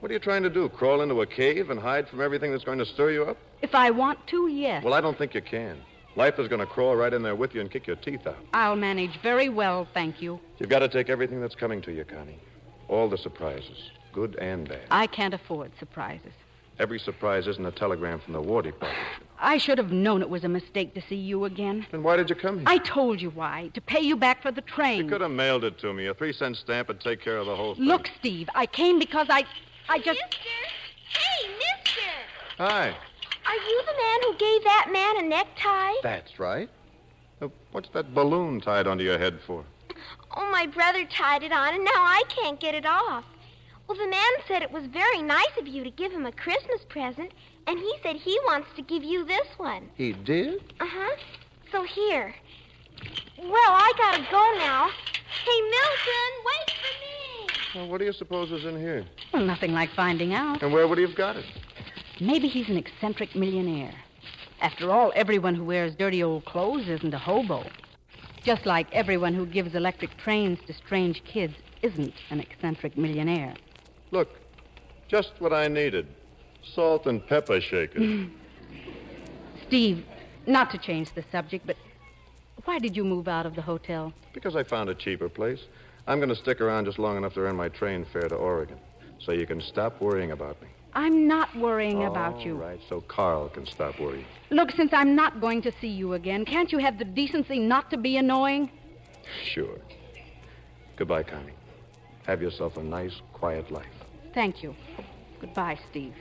[SPEAKER 7] What are you trying to do? Crawl into a cave and hide from everything that's going to stir you up?
[SPEAKER 6] if I want to, yes.
[SPEAKER 7] Well, I don't think you can. Life is going to crawl right in there with you and kick your teeth out.
[SPEAKER 6] I'll manage very well, thank you.
[SPEAKER 7] You've got to take everything that's coming to you, Connie. All the surprises, good and bad.
[SPEAKER 6] I can't afford surprises.
[SPEAKER 7] Every surprise isn't a telegram from the War Department.
[SPEAKER 6] I should have known it was a mistake to see you again.
[SPEAKER 7] Then why did you come here?
[SPEAKER 6] I told you why. To pay you back for the train.
[SPEAKER 7] You could have mailed it to me. A three cent stamp would take care of the whole thing.
[SPEAKER 6] Look, Steve, I came because I. I just.
[SPEAKER 8] Hey, mister!
[SPEAKER 7] Hi.
[SPEAKER 8] Are you the man who gave that man a necktie?
[SPEAKER 7] That's right. Uh, What's that balloon tied onto your head for?
[SPEAKER 8] Oh, my brother tied it on, and now I can't get it off. Well, the man said it was very nice of you to give him a Christmas present, and he said he wants to give you this one.
[SPEAKER 7] He did?
[SPEAKER 8] Uh huh. So here. Well, I gotta go now. Hey, Milton, wait for me.
[SPEAKER 7] Well, what do you suppose is in here?
[SPEAKER 6] Well, nothing like finding out.
[SPEAKER 7] And where would he have got it?
[SPEAKER 6] Maybe he's an eccentric millionaire. After all, everyone who wears dirty old clothes isn't a hobo. Just like everyone who gives electric trains to strange kids isn't an eccentric millionaire.
[SPEAKER 7] Look, just what I needed salt and pepper shakers.
[SPEAKER 6] Steve, not to change the subject, but why did you move out of the hotel?
[SPEAKER 7] because I found a cheaper place. I'm going to stick around just long enough to earn my train fare to Oregon so you can stop worrying about me.
[SPEAKER 6] I'm not worrying about you.
[SPEAKER 7] All right, so Carl can stop worrying.
[SPEAKER 6] Look, since I'm not going to see you again, can't you have the decency not to be annoying?
[SPEAKER 7] Sure. Goodbye, Connie. Have yourself a nice, quiet life.
[SPEAKER 6] Thank you. Goodbye, Steve.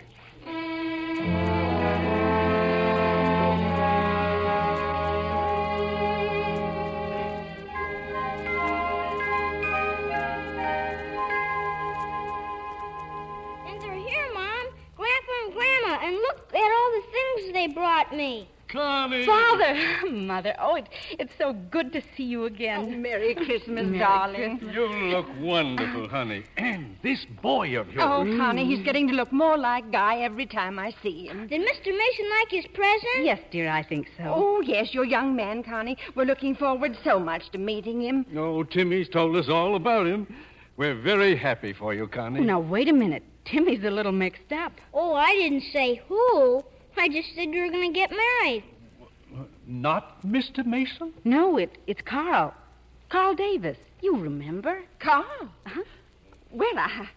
[SPEAKER 8] And they're here, Mom. Grandpa and Grandma, and look at all the things they brought me.
[SPEAKER 14] Connie!
[SPEAKER 6] Father, Mother, oh, it, it's so good to see you again. Oh, Merry Christmas, darling.
[SPEAKER 15] You look wonderful, honey. And this boy of yours.
[SPEAKER 16] Oh, Connie, he's getting to look more like Guy every time I see him.
[SPEAKER 8] Did Mr. Mason like his present?
[SPEAKER 6] Yes, dear, I think so.
[SPEAKER 16] Oh, yes, your young man, Connie. We're looking forward so much to meeting him.
[SPEAKER 15] Oh, Timmy's told us all about him. We're very happy for you, Connie.
[SPEAKER 6] Oh, Now, wait a minute. Timmy's a little mixed up.
[SPEAKER 8] Oh, I didn't say who. I just said you were going to get married.
[SPEAKER 15] Not Mr. Mason?
[SPEAKER 6] No, it, it's Carl. Carl Davis. You remember? Uh-huh.
[SPEAKER 16] Carl? Well, I,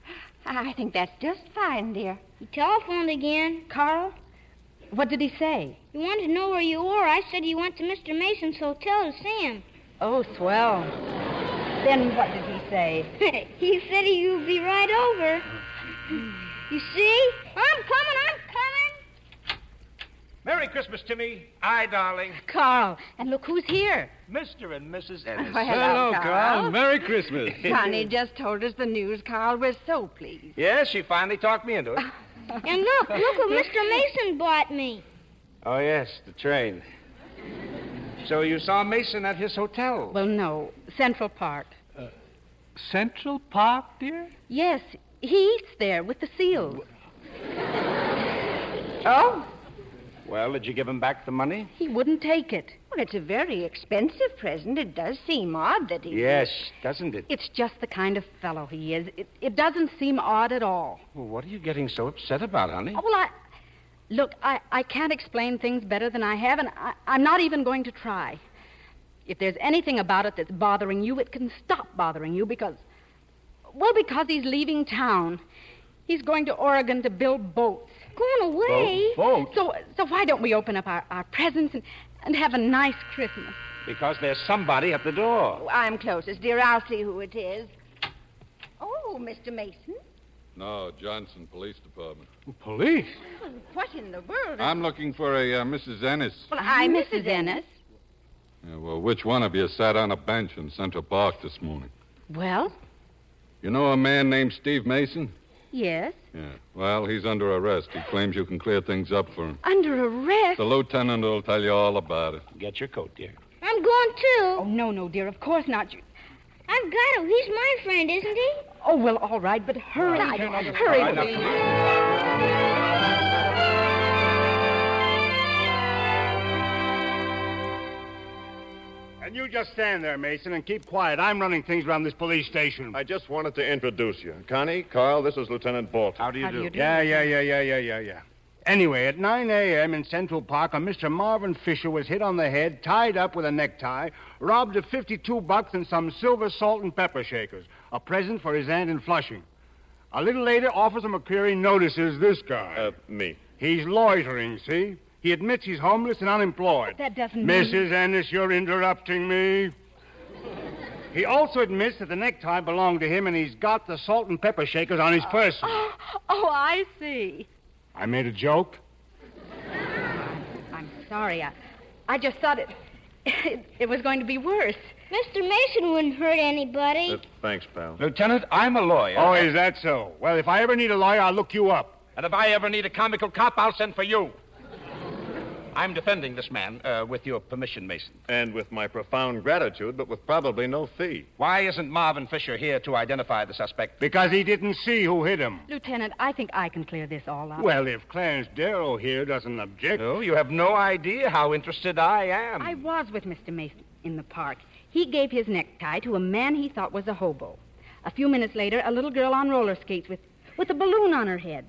[SPEAKER 16] I think that's just fine, dear.
[SPEAKER 8] He telephoned again.
[SPEAKER 6] Carl? What did he say?
[SPEAKER 8] He wanted to know where you were. I said you went to Mr. Mason's hotel to see him.
[SPEAKER 6] Oh, swell. Then what did he say?
[SPEAKER 8] he said you'd be right over. You see? I'm coming, I'm coming.
[SPEAKER 17] Merry Christmas, Timmy. Aye, darling.
[SPEAKER 6] Carl, and look who's here.
[SPEAKER 17] Mr. and Mrs. Ennis.
[SPEAKER 16] Well, hello, Carl.
[SPEAKER 15] Merry Christmas.
[SPEAKER 16] Connie just told us the news, Carl. We're so pleased.
[SPEAKER 17] Yes, she finally talked me into it.
[SPEAKER 8] And look, look what Mr. Mason bought me.
[SPEAKER 17] oh, yes, the train. So you saw Mason at his hotel? Uh,
[SPEAKER 6] Well, no. Central Park.
[SPEAKER 15] Central Park, dear?
[SPEAKER 6] Yes, he eats there with the seals.
[SPEAKER 16] Oh?
[SPEAKER 17] Well, did you give him back the money?
[SPEAKER 6] He wouldn't take it.
[SPEAKER 16] Well, it's a very expensive present. It does seem odd that he.
[SPEAKER 17] Yes, doesn't it?
[SPEAKER 6] It's just the kind of fellow he is. It, it doesn't seem odd at all.
[SPEAKER 17] Well, what are you getting so upset about, honey?
[SPEAKER 6] Oh, well, I. Look, I, I can't explain things better than I have, and I, I'm not even going to try. If there's anything about it that's bothering you, it can stop bothering you because. Well, because he's leaving town. He's going to Oregon to build boats.
[SPEAKER 8] Going away?
[SPEAKER 17] Bo- boats?
[SPEAKER 6] So, so why don't we open up our, our presents and, and have a nice Christmas?
[SPEAKER 17] Because there's somebody at the door.
[SPEAKER 16] Oh, I'm closest, dear. I'll see who it is. Oh, Mr. Mason.
[SPEAKER 18] No, Johnson Police Department.
[SPEAKER 15] Police?
[SPEAKER 16] Well, what in the world?
[SPEAKER 18] I'm looking for a uh, Mrs. Ennis.
[SPEAKER 16] Well, I'm Mrs. Ennis.
[SPEAKER 18] Yeah, well, which one of you sat on a bench in Central Park this morning?
[SPEAKER 6] Well,
[SPEAKER 18] You know a man named Steve Mason?
[SPEAKER 6] yes.
[SPEAKER 18] Yeah. Well, he's under arrest. He claims you can clear things up for him.
[SPEAKER 6] Under arrest?
[SPEAKER 18] The lieutenant will tell you all about it.
[SPEAKER 17] Get your coat, dear.
[SPEAKER 8] I'm going too.
[SPEAKER 6] Oh, no, no, dear. Of course not. You...
[SPEAKER 8] I've got him. He's my friend, isn't he?
[SPEAKER 6] Oh, well, all right, but hurry. hurry, please.
[SPEAKER 19] And you just stand there, Mason, and keep quiet. I'm running things around this police station.
[SPEAKER 7] I just wanted to introduce you. Connie, Carl, this is Lieutenant Bolton. How do
[SPEAKER 19] you do? Yeah, yeah, yeah, yeah, yeah, yeah, yeah. Anyway, at 9 a.m. in Central Park, a Mr. Marvin Fisher was hit on the head, tied up with a necktie, robbed of 52 bucks and some silver salt and pepper shakers, a present for his aunt in Flushing. A little later, Officer McCreary notices this guy. Uh,
[SPEAKER 7] me.
[SPEAKER 19] He's loitering, see? He admits he's homeless and unemployed.
[SPEAKER 6] That doesn't mean...
[SPEAKER 19] Mrs. Ennis, you're interrupting me. He also admits that the necktie belonged to him and he's got the salt and pepper shakers on his person.
[SPEAKER 6] Oh, I see.
[SPEAKER 19] I made a joke.
[SPEAKER 6] uh, I'm sorry. I, I just thought it, it, it was going to be worse.
[SPEAKER 8] Mr. Mason wouldn't hurt anybody.
[SPEAKER 7] Thanks, pal.
[SPEAKER 17] Lieutenant, I'm a lawyer.
[SPEAKER 19] Oh, is that so? Well, if I ever need a lawyer, I'll look you up.
[SPEAKER 17] And if I ever need a comical cop, I'll send for you. I'm defending this man, uh, with your permission, Mason.
[SPEAKER 7] And with my profound gratitude, but with probably no fee.
[SPEAKER 17] Why isn't Marvin Fisher here to identify the suspect?
[SPEAKER 19] Because he didn't see who hit him.
[SPEAKER 6] Lieutenant, I think I can clear this all up.
[SPEAKER 19] Well, if Clarence Darrow here doesn't object.
[SPEAKER 17] No, you have no idea how interested I am.
[SPEAKER 6] I was with Mr. Mason in the park. He gave his necktie to a man he thought was a hobo. A few minutes later, a little girl on roller skates with, with a balloon on her head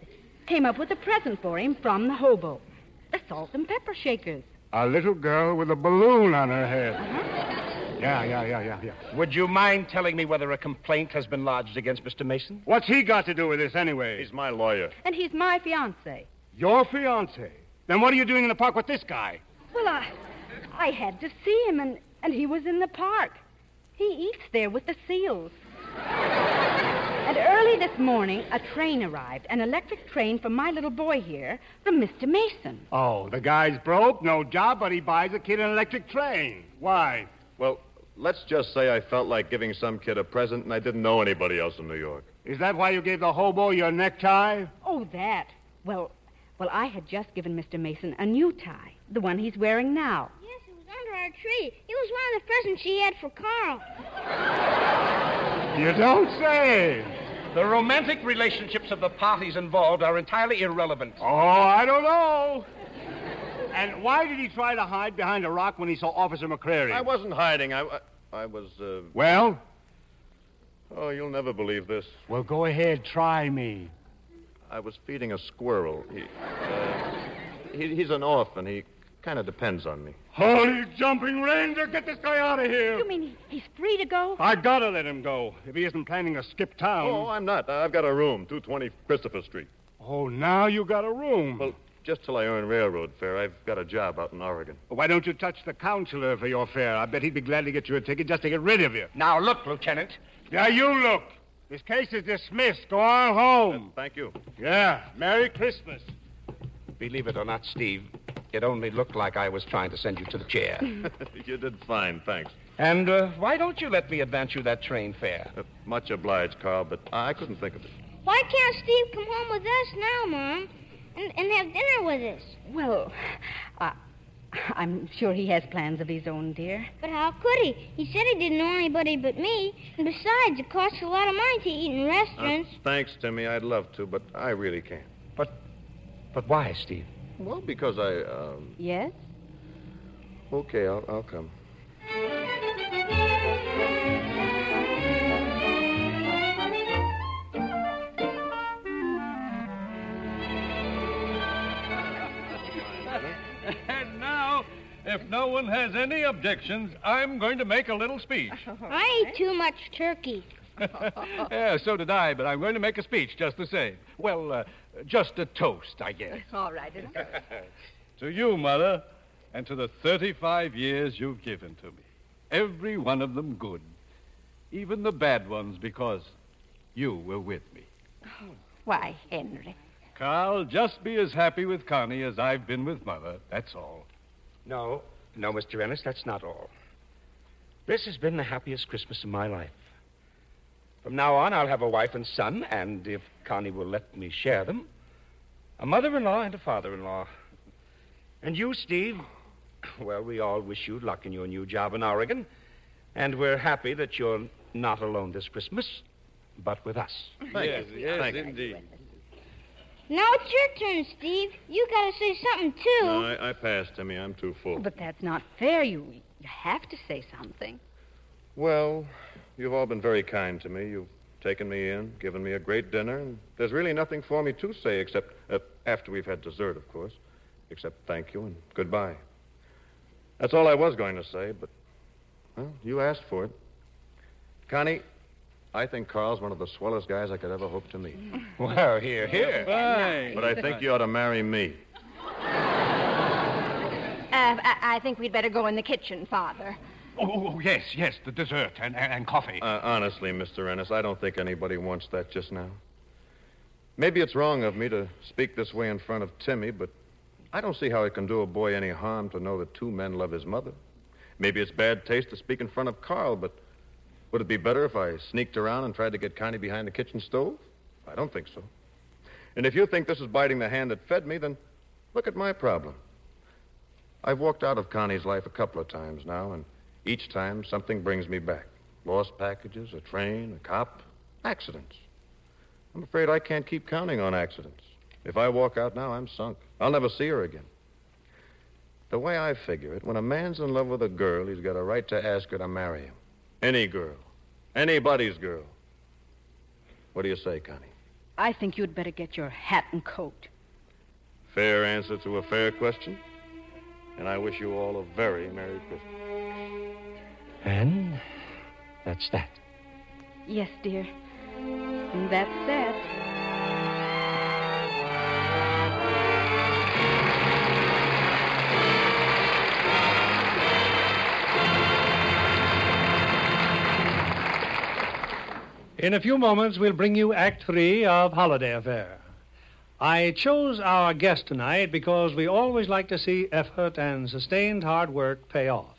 [SPEAKER 6] came up with a present for him from the hobo the salt and pepper shakers.
[SPEAKER 19] A little girl with a balloon on her head. Yeah, yeah, yeah, yeah, yeah.
[SPEAKER 17] Uh-huh. Would you mind telling me whether a complaint has been lodged against Mr. Mason?
[SPEAKER 19] What's he got to do with this anyway?
[SPEAKER 7] He's my lawyer.
[SPEAKER 6] And he's my fiance.
[SPEAKER 19] Your fiance? Then what are you doing in the park with this guy?
[SPEAKER 6] Well, I, I had to see him, and, and he was in the park. He eats there with the seals. and early this morning, a train arrived, an electric train from my little boy here, from Mr. Mason.
[SPEAKER 19] Oh, the guy's broke, no job, but he buys a kid an electric train. Why?
[SPEAKER 7] Well, let's just say I felt like giving some kid a present and I didn't know anybody else in New York.
[SPEAKER 19] Is that why you gave the hobo your necktie?
[SPEAKER 6] Oh, that. Well, well, I had just given Mr. Mason a new tie, the one he's wearing now.
[SPEAKER 8] Yes, it was under our tree. It was one of the presents she had for Carl.
[SPEAKER 19] You don't say.
[SPEAKER 17] The romantic relationships of the parties involved are entirely irrelevant.
[SPEAKER 19] Oh, I don't know. And why did he try to hide behind a rock when he saw Officer McCrary?
[SPEAKER 7] I wasn't hiding. I, I, I was. Uh...
[SPEAKER 19] Well?
[SPEAKER 7] Oh, you'll never believe this.
[SPEAKER 19] Well, go ahead, try me.
[SPEAKER 7] I was feeding a squirrel. He, uh, he, he's an orphan. He kind of depends on me.
[SPEAKER 19] Holy jumping ranger, get this guy out of here.
[SPEAKER 6] You mean he- he's free to go?
[SPEAKER 19] I gotta let him go if he isn't planning to skip town.
[SPEAKER 7] Oh, I'm not. I've got a room, 220 Christopher Street.
[SPEAKER 19] Oh, now you got a room.
[SPEAKER 7] Well, just till I earn railroad fare, I've got a job out in Oregon.
[SPEAKER 19] Why don't you touch the counselor for your fare? I bet he'd be glad to get you a ticket just to get rid of you.
[SPEAKER 17] Now, look, Lieutenant.
[SPEAKER 19] Yeah, you look. This case is dismissed. Go on home.
[SPEAKER 7] Uh, thank you.
[SPEAKER 19] Yeah, Merry Christmas.
[SPEAKER 10] Believe it or not, Steve, it only looked like I was trying to send you to the chair.
[SPEAKER 7] you did fine, thanks.
[SPEAKER 17] And uh, why don't you let me advance you that train fare?
[SPEAKER 7] Uh, much obliged, Carl, but I couldn't think of it.
[SPEAKER 8] Why can't Steve come home with us now, Mom? And, and have dinner with us?
[SPEAKER 6] Well, uh, I'm sure he has plans of his own, dear.
[SPEAKER 8] But how could he? He said he didn't know anybody but me. And besides, it costs a lot of money to eat in restaurants.
[SPEAKER 7] Uh, thanks, Timmy. I'd love to, but I really can't.
[SPEAKER 10] But, but why, Steve?
[SPEAKER 7] Well, because I. Um...
[SPEAKER 6] Yes?
[SPEAKER 7] Okay, I'll, I'll come.
[SPEAKER 15] And now, if no one has any objections, I'm going to make a little speech.
[SPEAKER 8] I ate too much turkey.
[SPEAKER 15] yeah, so did I, but I'm going to make a speech just the same. Well, uh, just a toast, I guess.
[SPEAKER 16] All right, enough.
[SPEAKER 15] to you, Mother, and to the 35 years you've given to me. Every one of them good. Even the bad ones, because you were with me.
[SPEAKER 16] Why, Henry?
[SPEAKER 15] Carl, just be as happy with Connie as I've been with Mother. That's all.
[SPEAKER 10] No, no, Mr. Ennis, that's not all. This has been the happiest Christmas of my life. From now on, I'll have a wife and son, and if Connie will let me share them, a mother in law and a father in law. And you, Steve, well, we all wish you luck in your new job in Oregon, and we're happy that you're not alone this Christmas, but with us.
[SPEAKER 7] Thank yes, you. Yes, Thank indeed.
[SPEAKER 8] Now it's your turn, Steve. You gotta say something, too.
[SPEAKER 19] Uh.
[SPEAKER 7] No, I, I passed, Timmy. I'm too full.
[SPEAKER 6] But that's not fair. You, you have to say something.
[SPEAKER 7] Well, you've all been very kind to me. You've taken me in, given me a great dinner, and there's really nothing for me to say except, uh, after we've had dessert, of course, except thank you and goodbye. That's all I was going to say, but, well, you asked for it. Connie, I think Carl's one of the swellest guys I could ever hope to meet.
[SPEAKER 10] Well, here, here.
[SPEAKER 15] Fine.
[SPEAKER 7] But I think you ought to marry me.
[SPEAKER 16] Uh, I, I think we'd better go in the kitchen, Father.
[SPEAKER 15] Oh, oh, oh, yes, yes, the dessert and, and, and coffee.
[SPEAKER 7] Uh, honestly, Mr. Ennis, I don't think anybody wants that just now. Maybe it's wrong of me to speak this way in front of Timmy, but I don't see how it can do a boy any harm to know that two men love his mother. Maybe it's bad taste to speak in front of Carl, but would it be better if I sneaked around and tried to get Connie behind the kitchen stove? I don't think so. And if you think this is biting the hand that fed me, then look at my problem. I've walked out of Connie's life a couple of times now, and each time something brings me back. Lost packages, a train, a cop, accidents. I'm afraid I can't keep counting on accidents. If I walk out now, I'm sunk. I'll never see her again. The way I figure it, when a man's in love with a girl, he's got a right to ask her to marry him. Any girl. Anybody's girl. What do you say, Connie?
[SPEAKER 13] I think you'd better get your hat and coat.
[SPEAKER 7] Fair answer to a fair question. And I wish you all a very Merry Christmas.
[SPEAKER 10] And that's that.
[SPEAKER 13] Yes, dear. And that's that.
[SPEAKER 5] In a few moments, we'll bring you Act Three of Holiday Affair. I chose our guest tonight because we always like to see effort and sustained hard work pay off.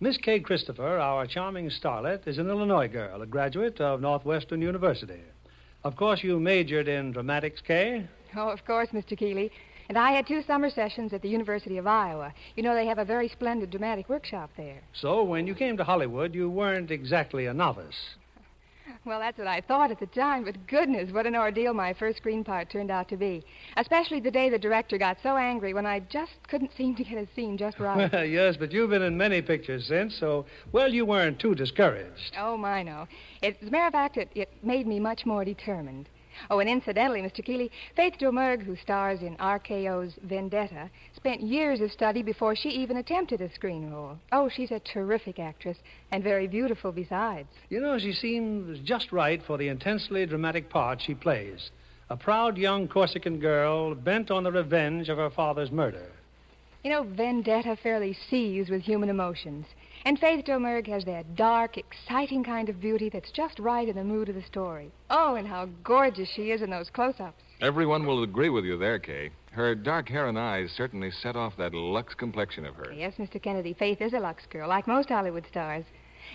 [SPEAKER 5] Miss Kay Christopher, our charming starlet, is an Illinois girl, a graduate of Northwestern University. Of course, you majored in dramatics, Kay.
[SPEAKER 11] Oh, of course, Mr. Keeley. And I had two summer sessions at the University of Iowa. You know, they have a very splendid dramatic workshop there.
[SPEAKER 5] So, when you came to Hollywood, you weren't exactly a novice.
[SPEAKER 11] Well, that's what I thought at the time, but goodness, what an ordeal my first screen part turned out to be. Especially the day the director got so angry when I just couldn't seem to get a scene just right.
[SPEAKER 5] Well, yes, but you've been in many pictures since, so, well, you weren't too discouraged.
[SPEAKER 11] Oh, my, no. It, as a matter of fact, it, it made me much more determined. Oh, and incidentally, Mr. Keeley, Faith Drumerg, who stars in RKO's Vendetta, spent years of study before she even attempted a screen role. Oh, she's a terrific actress and very beautiful besides.
[SPEAKER 5] You know, she seems just right for the intensely dramatic part she plays. A proud young Corsican girl bent on the revenge of her father's murder.
[SPEAKER 11] You know, Vendetta fairly seethes with human emotions. And Faith Domergue has that dark, exciting kind of beauty that's just right in the mood of the story. Oh, and how gorgeous she is in those close ups.
[SPEAKER 4] Everyone will agree with you there, Kay. Her dark hair and eyes certainly set off that luxe complexion of her.
[SPEAKER 11] Yes, Mr. Kennedy, Faith is a Lux girl, like most Hollywood stars.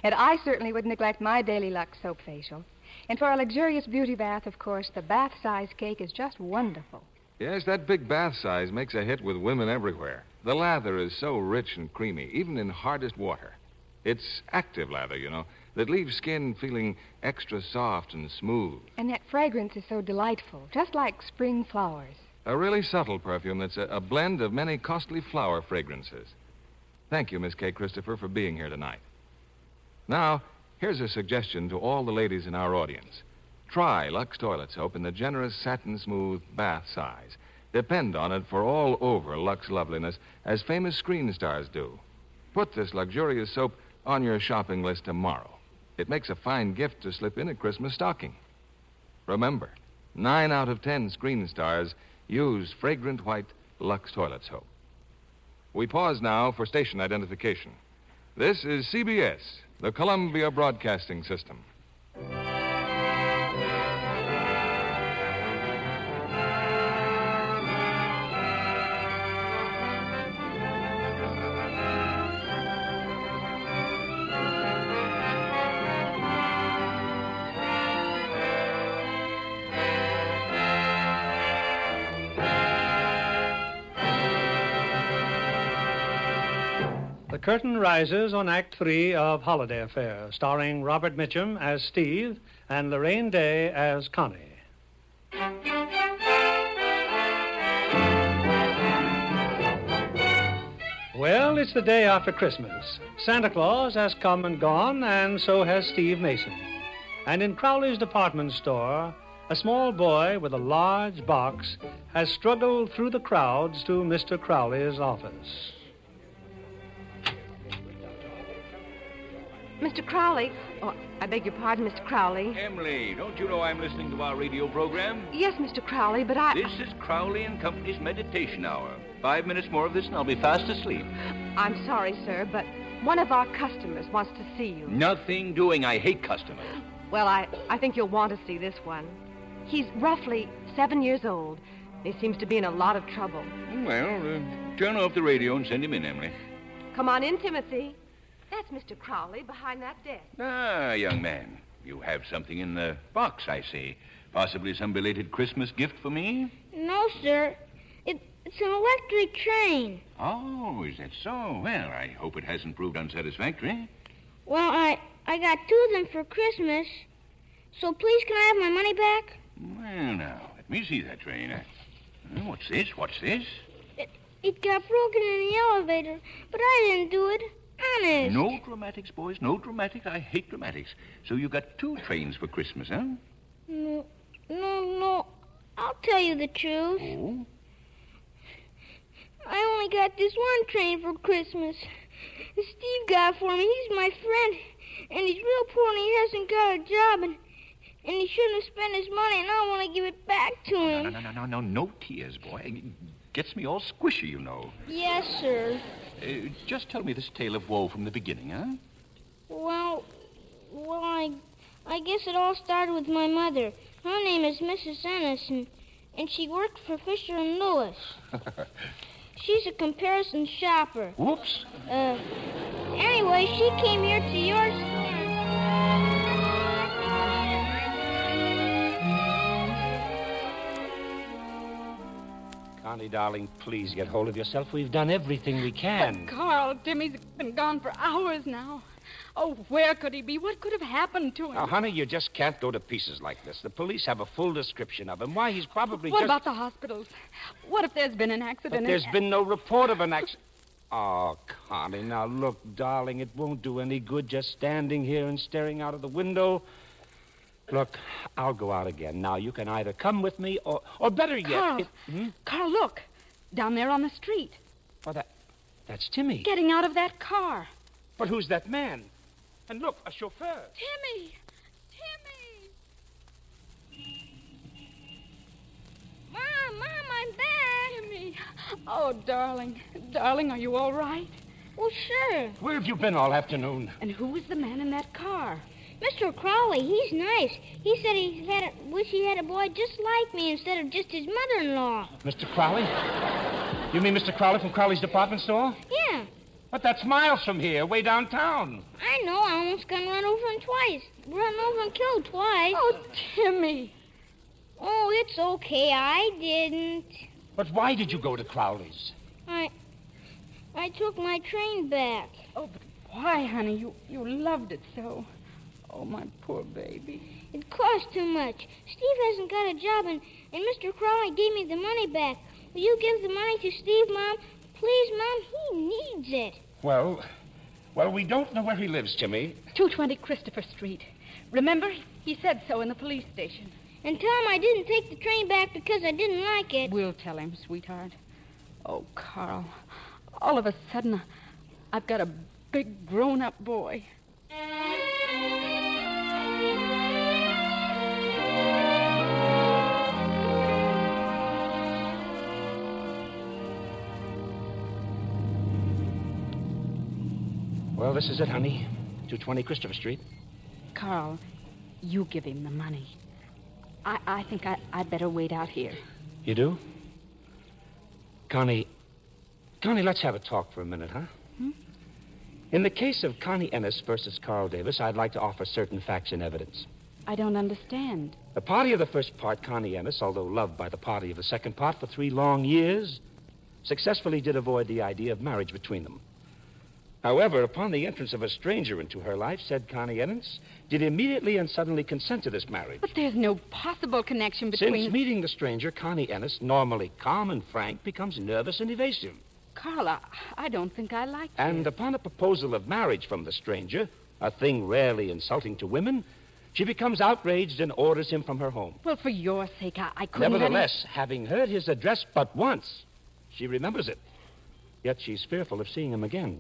[SPEAKER 11] And I certainly would neglect my daily Lux soap facial. And for a luxurious beauty bath, of course, the bath size cake is just wonderful.
[SPEAKER 4] Yes, that big bath size makes a hit with women everywhere. The lather is so rich and creamy, even in hardest water. It's active lather, you know, that leaves skin feeling extra soft and smooth.
[SPEAKER 11] And that fragrance is so delightful, just like spring flowers.
[SPEAKER 4] A really subtle perfume that's a, a blend of many costly flower fragrances. Thank you, Miss Kay Christopher, for being here tonight. Now, here's a suggestion to all the ladies in our audience. Try Lux Toilet Soap in the generous satin smooth bath size. Depend on it for all over Lux loveliness, as famous screen stars do. Put this luxurious soap on your shopping list tomorrow. It makes a fine gift to slip in a Christmas stocking. Remember, nine out of ten screen stars use fragrant white Lux Toilet Soap. We pause now for station identification. This is CBS, the Columbia Broadcasting System.
[SPEAKER 5] The curtain rises on Act Three of Holiday Affair, starring Robert Mitchum as Steve and Lorraine Day as Connie. Well, it's the day after Christmas. Santa Claus has come and gone, and so has Steve Mason. And in Crowley's department store, a small boy with a large box has struggled through the crowds to Mr. Crowley's office.
[SPEAKER 13] Mr. Crowley. Oh, I beg your pardon, Mr. Crowley.
[SPEAKER 12] Emily, don't you know I'm listening to our radio program?
[SPEAKER 13] Yes, Mr. Crowley, but I.
[SPEAKER 12] This is Crowley and Company's meditation hour. Five minutes more of this and I'll be fast asleep.
[SPEAKER 13] I'm sorry, sir, but one of our customers wants to see you.
[SPEAKER 12] Nothing doing. I hate customers.
[SPEAKER 13] Well, I, I think you'll want to see this one. He's roughly seven years old. He seems to be in a lot of trouble.
[SPEAKER 12] Well, uh, turn off the radio and send him in, Emily.
[SPEAKER 13] Come on in, Timothy. That's Mr. Crowley behind that desk.
[SPEAKER 12] Ah, young man, you have something in the box, I see. Possibly some belated Christmas gift for me?
[SPEAKER 8] No, sir. It, it's an electric train.
[SPEAKER 12] Oh, is that so? Well, I hope it hasn't proved unsatisfactory.
[SPEAKER 8] Well, I, I got two of them for Christmas. So please, can I have my money back?
[SPEAKER 12] Well, now, let me see that train. Uh, What's this? What's this?
[SPEAKER 8] It got broken in the elevator, but I didn't do it. Honest.
[SPEAKER 12] No dramatics, boys. No dramatics. I hate dramatics. So you got two trains for Christmas, huh?
[SPEAKER 8] No, no, no. I'll tell you the truth.
[SPEAKER 12] Oh?
[SPEAKER 8] I only got this one train for Christmas. Steve got it for me. He's my friend. And he's real poor and he hasn't got a job and, and he shouldn't have spent his money and I want to give it back to
[SPEAKER 12] No,
[SPEAKER 8] him.
[SPEAKER 12] no, no, no, no, no, no tears, boy. It gets me all squishy, you know.
[SPEAKER 8] Yes, sir.
[SPEAKER 12] Uh, just tell me this tale of woe from the beginning, huh?
[SPEAKER 8] Well, well, I, I guess it all started with my mother. Her name is Mrs. Ennis, and, and she worked for Fisher and Lewis. She's a comparison shopper.
[SPEAKER 12] Whoops.
[SPEAKER 8] Uh, anyway, she came here to yours.
[SPEAKER 10] Connie, darling, please get hold of yourself. We've done everything we can.
[SPEAKER 6] Carl, Jimmy's been gone for hours now. Oh, where could he be? What could have happened to him?
[SPEAKER 10] Now, honey, you just can't go to pieces like this. The police have a full description of him. Why, he's probably
[SPEAKER 6] what
[SPEAKER 10] just.
[SPEAKER 6] about the hospitals? What if there's been an accident?
[SPEAKER 10] But
[SPEAKER 6] and-
[SPEAKER 10] there's been no report of an accident. Oh, Connie, now look, darling, it won't do any good just standing here and staring out of the window. Look, I'll go out again. Now, you can either come with me or, or better yet.
[SPEAKER 6] Carl.
[SPEAKER 10] if- hmm?
[SPEAKER 6] Carl, look. Down there on the street.
[SPEAKER 10] Oh, that, that's Timmy.
[SPEAKER 6] Getting out of that car.
[SPEAKER 10] But who's that man? And look, a chauffeur.
[SPEAKER 6] Timmy!
[SPEAKER 8] Mom, Mom, I'm back.
[SPEAKER 6] Timmy! Oh, darling. Darling, are you all right?
[SPEAKER 8] Well, sure.
[SPEAKER 10] Where have you been all afternoon?
[SPEAKER 6] And who was the man in that car?
[SPEAKER 8] Mr. Crowley, he's nice. He said he had a, wish he had a boy just like me instead of just his mother-in-law.
[SPEAKER 10] Mr. Crowley? You mean Mr. Crowley from Crowley's department store?
[SPEAKER 8] Yeah,
[SPEAKER 10] But that's miles from here, way downtown.
[SPEAKER 8] I know. I almost got run over him twice. Run over and killed twice.
[SPEAKER 6] Oh, Timmy.
[SPEAKER 8] Oh, it's okay. I didn't.
[SPEAKER 10] But why did you go to Crowley's?
[SPEAKER 8] I. I took my train back.
[SPEAKER 6] Oh, but why, honey? You, you loved it so. Oh, my poor baby.
[SPEAKER 8] It cost too much. Steve hasn't got a job, and, and Mr. Crowley gave me the money back. Will you give the money to Steve, Mom? Please, Mom, he needs it.
[SPEAKER 10] Well, well, we don't know where he lives, Jimmy.
[SPEAKER 6] 220 Christopher Street. Remember, he said so in the police station.
[SPEAKER 8] And tell him I didn't take the train back because I didn't like it.
[SPEAKER 6] We'll tell him, sweetheart. Oh, Carl, all of a sudden, I've got a big grown up boy.
[SPEAKER 10] Well, this is it, honey. 220 Christopher Street.
[SPEAKER 6] Carl, you give him the money. I, I think I, I'd better wait out here.
[SPEAKER 10] You do? Connie, Connie, let's have a talk for a minute, huh?
[SPEAKER 6] Hmm?
[SPEAKER 10] In the case of Connie Ennis versus Carl Davis, I'd like to offer certain facts and evidence.
[SPEAKER 6] I don't understand.
[SPEAKER 10] The party of the first part, Connie Ennis, although loved by the party of the second part for three long years, successfully did avoid the idea of marriage between them. However, upon the entrance of a stranger into her life, said Connie Ennis did immediately and suddenly consent to this marriage.
[SPEAKER 6] But there's no possible connection between.
[SPEAKER 10] Since meeting the stranger, Connie Ennis, normally calm and frank, becomes nervous and evasive.
[SPEAKER 6] Carla, I don't think I like
[SPEAKER 10] And upon a proposal of marriage from the stranger, a thing rarely insulting to women, she becomes outraged and orders him from her home.
[SPEAKER 6] Well, for your sake, I, I couldn't. let him-
[SPEAKER 10] Nevertheless, having heard his address but once, she remembers it. Yet she's fearful of seeing him again.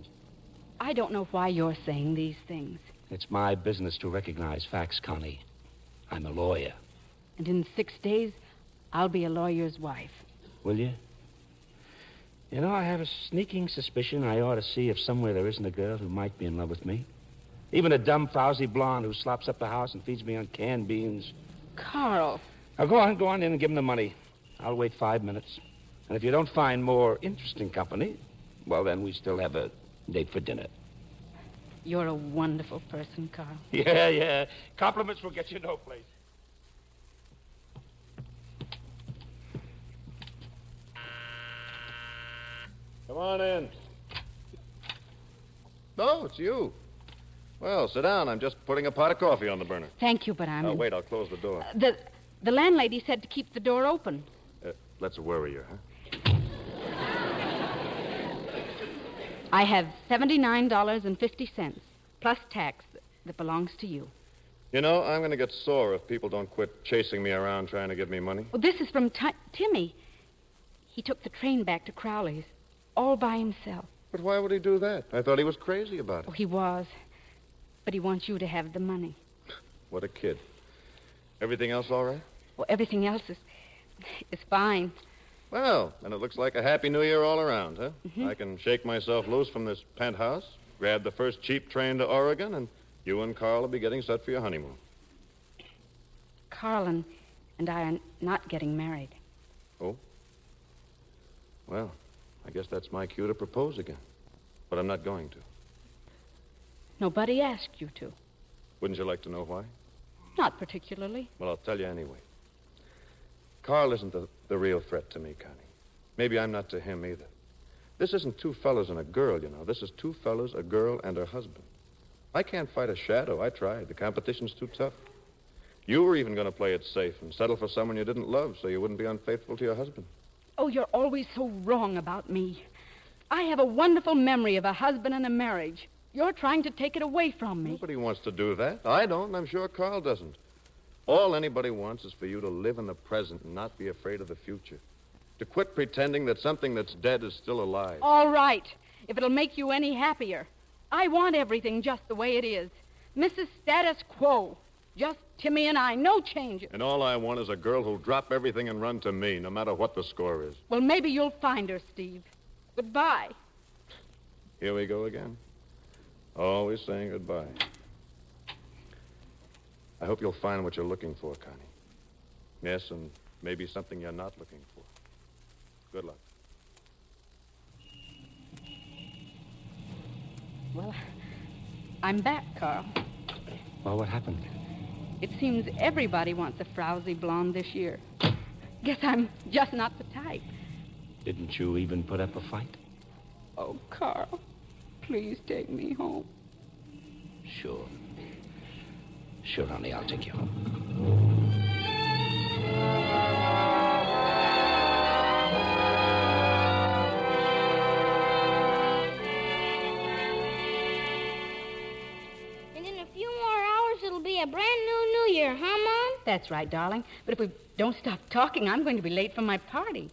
[SPEAKER 6] I don't know why you're saying these things.
[SPEAKER 10] It's my business to recognize facts, Connie. I'm a lawyer.
[SPEAKER 6] And in six days, I'll be a lawyer's wife.
[SPEAKER 10] Will you? You know, I have a sneaking suspicion I ought to see if somewhere there isn't a girl who might be in love with me. Even a dumb, frowsy blonde who slops up the house and feeds me on canned beans.
[SPEAKER 6] Carl.
[SPEAKER 10] Now, go on, go on in and give him the money. I'll wait five minutes. And if you don't find more interesting company, well, then we still have a date for dinner.
[SPEAKER 6] You're a wonderful person, Carl.
[SPEAKER 17] Yeah, yeah. Compliments will get you no place.
[SPEAKER 14] Come on in.
[SPEAKER 7] Oh, it's you. Well, sit down. I'm just putting a pot of coffee on the burner.
[SPEAKER 6] Thank you, but I'm.
[SPEAKER 7] Oh, wait, I'll close the door.
[SPEAKER 6] The, the landlady said to keep the door open.
[SPEAKER 7] Uh, let's worry you, huh?
[SPEAKER 6] I have $79.50, plus tax, that belongs to you.
[SPEAKER 7] You know, I'm going to get sore if people don't quit chasing me around trying to give me money.
[SPEAKER 6] Well, Oh, this is from Ti Timmy. He took the train back to Crowley's all by himself.
[SPEAKER 7] But why would he do that? I thought he was crazy about it.
[SPEAKER 6] Oh, he was. But he wants you to have the money.
[SPEAKER 7] What a kid. Everything else all right?
[SPEAKER 6] Well, everything else is, is fine.
[SPEAKER 7] Well, and it looks like a happy new year all around, huh? I can shake myself loose from this penthouse, grab the first cheap train to Oregon, and you and Carl will be getting set for your honeymoon.
[SPEAKER 6] Carl and, and I are not getting married.
[SPEAKER 7] Well, I guess that's my cue to propose again. But I'm not going to.
[SPEAKER 6] Nobody asked you to.
[SPEAKER 7] Wouldn't you like to know why?
[SPEAKER 6] Not particularly.
[SPEAKER 7] Well, I'll tell you anyway. Carl isn't the, the real threat to me, Connie. Maybe I'm not to him either. This isn't two fellas and a girl, you know. This is two fellas, a girl, and her husband. I can't fight a shadow. I tried. The competition's too tough. You were even going to play it safe and settle for someone you didn't love so you wouldn't be unfaithful to your husband.
[SPEAKER 6] Oh, you're always so wrong about me. I have a wonderful memory of a husband and a marriage. You're trying to take it away from me.
[SPEAKER 7] Nobody wants to do that. I don't, and I'm sure Carl doesn't. All anybody wants is for you to live in the present and not be afraid of the future. To quit pretending that something that's dead is still alive.
[SPEAKER 6] All right, if it'll make you any happier. I want everything just the way it is. Mrs. Status Quo. Just Timmy and I, no changes.
[SPEAKER 7] And all I want is a girl who'll drop everything and run to me, no matter what the score is.
[SPEAKER 6] Well, maybe you'll find her, Steve. Goodbye.
[SPEAKER 7] Here we go again. Always saying goodbye. I hope you'll find what you're looking for, Connie. Yes, and maybe something you're not looking for. Good luck.
[SPEAKER 6] Well, I'm back, Carl.
[SPEAKER 10] Well, what happened?
[SPEAKER 6] It seems everybody wants a frowsy blonde this year. Guess I'm just not the type.
[SPEAKER 10] Didn't you even put up a fight?
[SPEAKER 6] Oh, Carl, please take me home.
[SPEAKER 10] Sure. Sure, honey, I'll take you home.
[SPEAKER 8] And in a few more hours, it'll be a brand new New Year, huh, Mom?
[SPEAKER 6] That's right, darling. But if we don't stop talking, I'm going to be late for my party.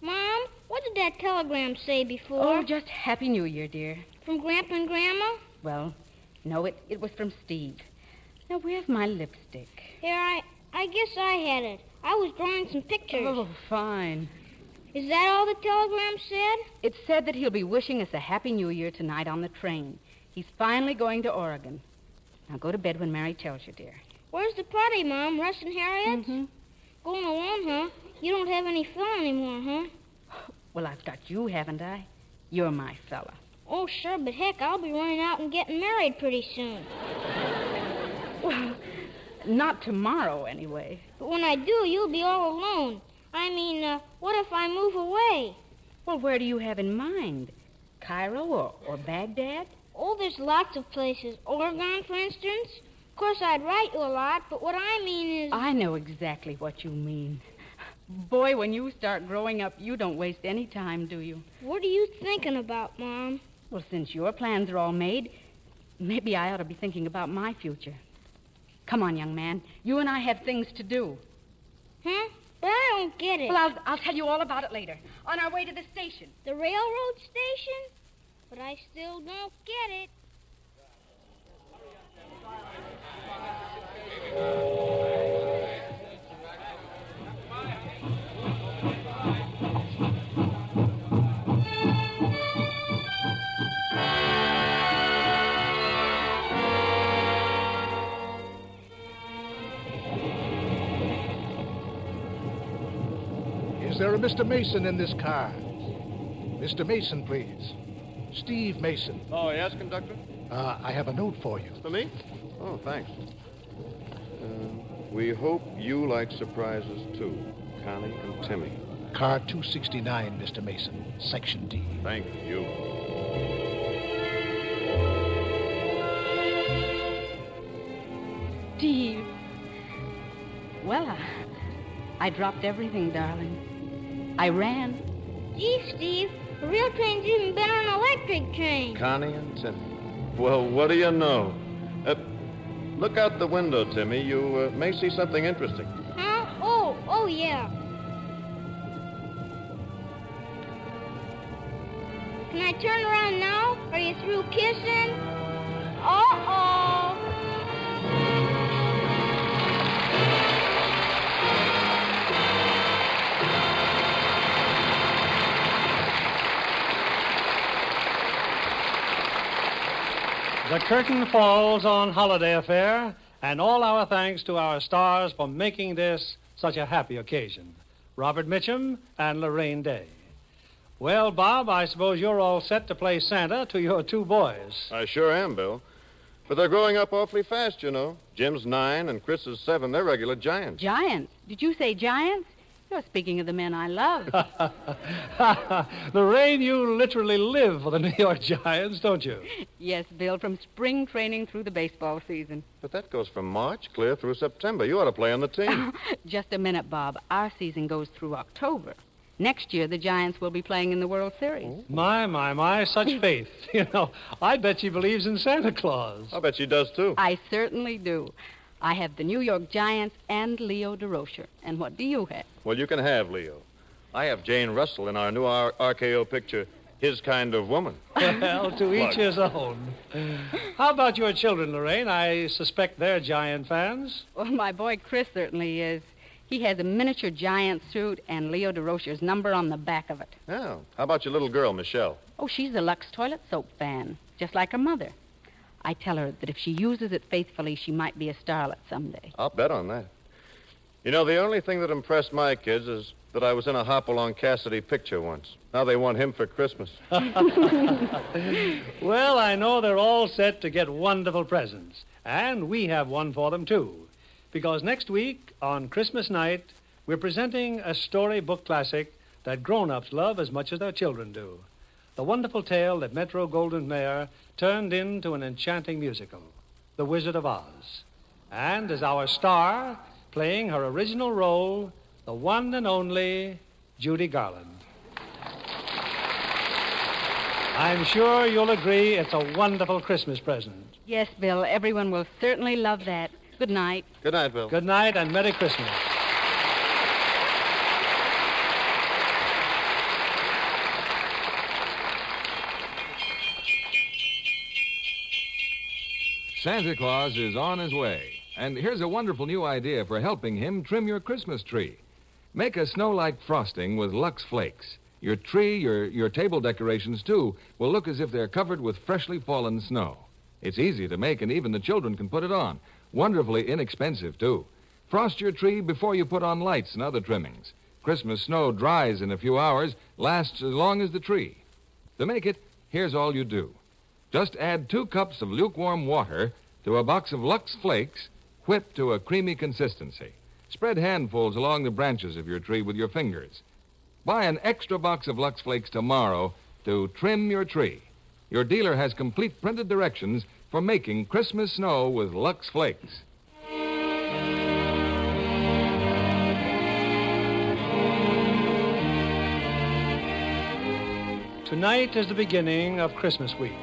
[SPEAKER 8] Mom, what did that telegram say before?
[SPEAKER 6] Oh, just Happy New Year, dear.
[SPEAKER 8] From Grandpa and Grandma?
[SPEAKER 6] Well, no, it, it was from Steve. Now, where's my lipstick?
[SPEAKER 8] Here, I, I guess I had it. I was drawing some pictures.
[SPEAKER 6] Oh, fine.
[SPEAKER 8] Is that all the telegram said?
[SPEAKER 6] It said that he'll be wishing us a Happy New Year tonight on the train. He's finally going to Oregon. Now, go to bed when Mary tells you, dear.
[SPEAKER 8] Where's the party, Mom? Russ and Harriet? Mm-hmm. Going alone, huh? You don't have any fun anymore, huh?
[SPEAKER 6] Well, I've got you, haven't I? You're my fella.
[SPEAKER 8] Oh, sure, but heck, I'll be running out and getting married pretty soon.
[SPEAKER 6] Well, not tomorrow, anyway.
[SPEAKER 8] But when I do, you'll be all alone. I mean, uh, what if I move away?
[SPEAKER 6] Well, where do you have in mind? Cairo or, or Baghdad?
[SPEAKER 8] Oh, there's lots of places. Oregon, for instance. Of course, I'd write you a lot, but what I mean is.
[SPEAKER 6] I know exactly what you mean. Boy, when you start growing up, you don't waste any time, do you?
[SPEAKER 8] What are you thinking about, Mom?
[SPEAKER 6] Well, since your plans are all made, maybe I ought to be thinking about my future. Come on, young man. You and I have things to do.
[SPEAKER 8] Huh? But I don't get it.
[SPEAKER 6] Well, I'll, I'll tell you all about it later, on our way to the station.
[SPEAKER 8] The railroad station? But I still don't get it.
[SPEAKER 14] Is there a Mr. Mason in this car? Mr. Mason, please. Steve Mason.
[SPEAKER 7] Oh, yes, conductor?
[SPEAKER 19] Uh, I have a note for you.
[SPEAKER 7] For me? Oh, thanks. Uh, We hope you like surprises, too. Connie and Timmy.
[SPEAKER 19] Car 269, Mr. Mason, Section D.
[SPEAKER 7] Thank you.
[SPEAKER 6] Steve. Well, I, I dropped everything, darling. I ran.
[SPEAKER 8] Gee, Steve, a real train's even better than an electric train.
[SPEAKER 7] Connie and Timmy. Well, what do you know? Uh, look out the window, Timmy. You uh, may see something interesting.
[SPEAKER 8] Huh? Oh, oh yeah. Can I turn around now? Are you through kissing? Uh-oh.
[SPEAKER 5] The curtain falls on Holiday Affair, and all our thanks to our stars for making this such a happy occasion Robert Mitchum and Lorraine Day. Well, Bob, I suppose you're all set to play Santa to your two boys.
[SPEAKER 7] I sure am, Bill. But they're growing up awfully fast, you know. Jim's nine and Chris is seven. They're regular giants.
[SPEAKER 6] Giants? Did you say giants? You're speaking of the men I love.
[SPEAKER 5] Lorraine, you literally live for the New York Giants, don't you?
[SPEAKER 6] yes, Bill, from spring training through the baseball season.
[SPEAKER 7] But that goes from March clear through September. You ought to play on the team.
[SPEAKER 6] Just a minute, Bob. Our season goes through October. Next year, the Giants will be playing in the World Series.
[SPEAKER 5] My, my, my, such faith. You know, I bet she believes in Santa Claus.
[SPEAKER 7] I bet she does, too.
[SPEAKER 6] I certainly do. I have the New York Giants and Leo DeRocher. And what do you have?
[SPEAKER 7] Well, you can have Leo. I have Jane Russell in our new R- RKO picture, His Kind of Woman.
[SPEAKER 5] Well, to each his own. How about your children, Lorraine? I suspect they're giant fans.
[SPEAKER 6] Well, my boy Chris certainly is. He has a miniature giant suit and Leo DeRocher's number on the back of it.
[SPEAKER 7] Yeah. How about your little girl, Michelle?
[SPEAKER 6] Oh, she's a Lux toilet soap fan, just like her mother. I tell her that if she uses it faithfully, she might be a starlet someday.
[SPEAKER 7] I'll bet on that. You know, the only thing that impressed my kids is that I was in a Hopalong Cassidy picture once. Now they want him for Christmas.
[SPEAKER 5] Well, I know they're all set to get wonderful presents. And we have one for them, too. Because next week, on Christmas night, we're presenting a storybook classic that grown ups love as much as their children do. The wonderful tale that Metro Goldwyn Mayer turned into an enchanting musical, The Wizard of Oz. And as our star, playing her original role, the one and only Judy Garland. I'm sure you'll agree it's a wonderful Christmas present.
[SPEAKER 6] Yes, Bill, everyone will certainly love that. Good night.
[SPEAKER 7] Good night, Bill.
[SPEAKER 5] Good night and Merry Christmas.
[SPEAKER 4] Santa Claus is on his way, and here's a wonderful new idea for helping him trim your Christmas tree. Make a snow like frosting with Lux Flakes. Your tree, your, your table decorations, too, will look as if they're covered with freshly fallen snow. It's easy to make, and even the children can put it on. Wonderfully inexpensive, too. Frost your tree before you put on lights and other trimmings. Christmas snow dries in a few hours, lasts as long as the tree. To make it, here's all you do. Just add two cups of lukewarm water to a box of Lux Flakes, whipped to a creamy consistency. Spread handfuls along the branches of your tree with your fingers. Buy an extra box of Lux Flakes tomorrow to trim your tree. Your dealer has complete printed directions for making Christmas snow with Lux Flakes.
[SPEAKER 5] Tonight is the beginning of Christmas week,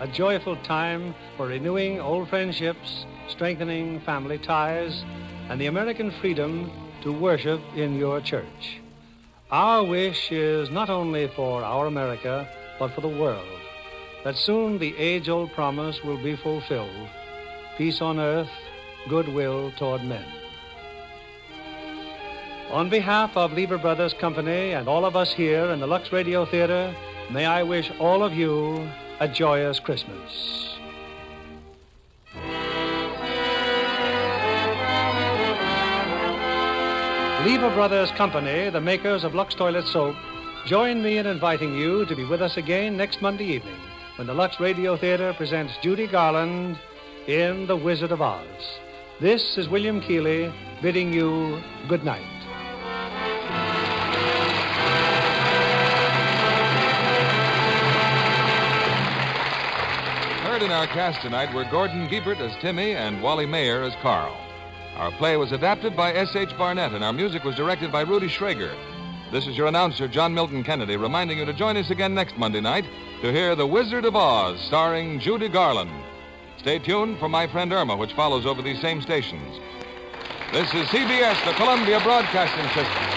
[SPEAKER 5] a joyful time for renewing old friendships, strengthening family ties, and the American freedom to worship in your church. Our wish is not only for our America, but for the world, that soon the age old promise will be fulfilled peace on earth, goodwill toward men. On behalf of Lever Brothers Company and all of us here in the Lux Radio Theater, may I wish all of you a joyous Christmas. Lever Brothers Company, the makers of Lux Toilet Soap, join me in inviting you to be with us again next Monday evening when the Lux Radio Theater presents Judy Garland in The Wizard of Oz. This is William Keeley bidding you good night.
[SPEAKER 4] Heard in our cast tonight were Gordon Gebert as Timmy and Wally Mayer as Carl. Our play was adapted by S.H. Barnett and our music was directed by Rudy Schrager. This is your announcer, John Milton Kennedy, reminding you to join us again next Monday night to hear The Wizard of Oz, starring Judy Garland. Stay tuned for My Friend Irma, which follows over these same stations. This is CBS, the Columbia Broadcasting System.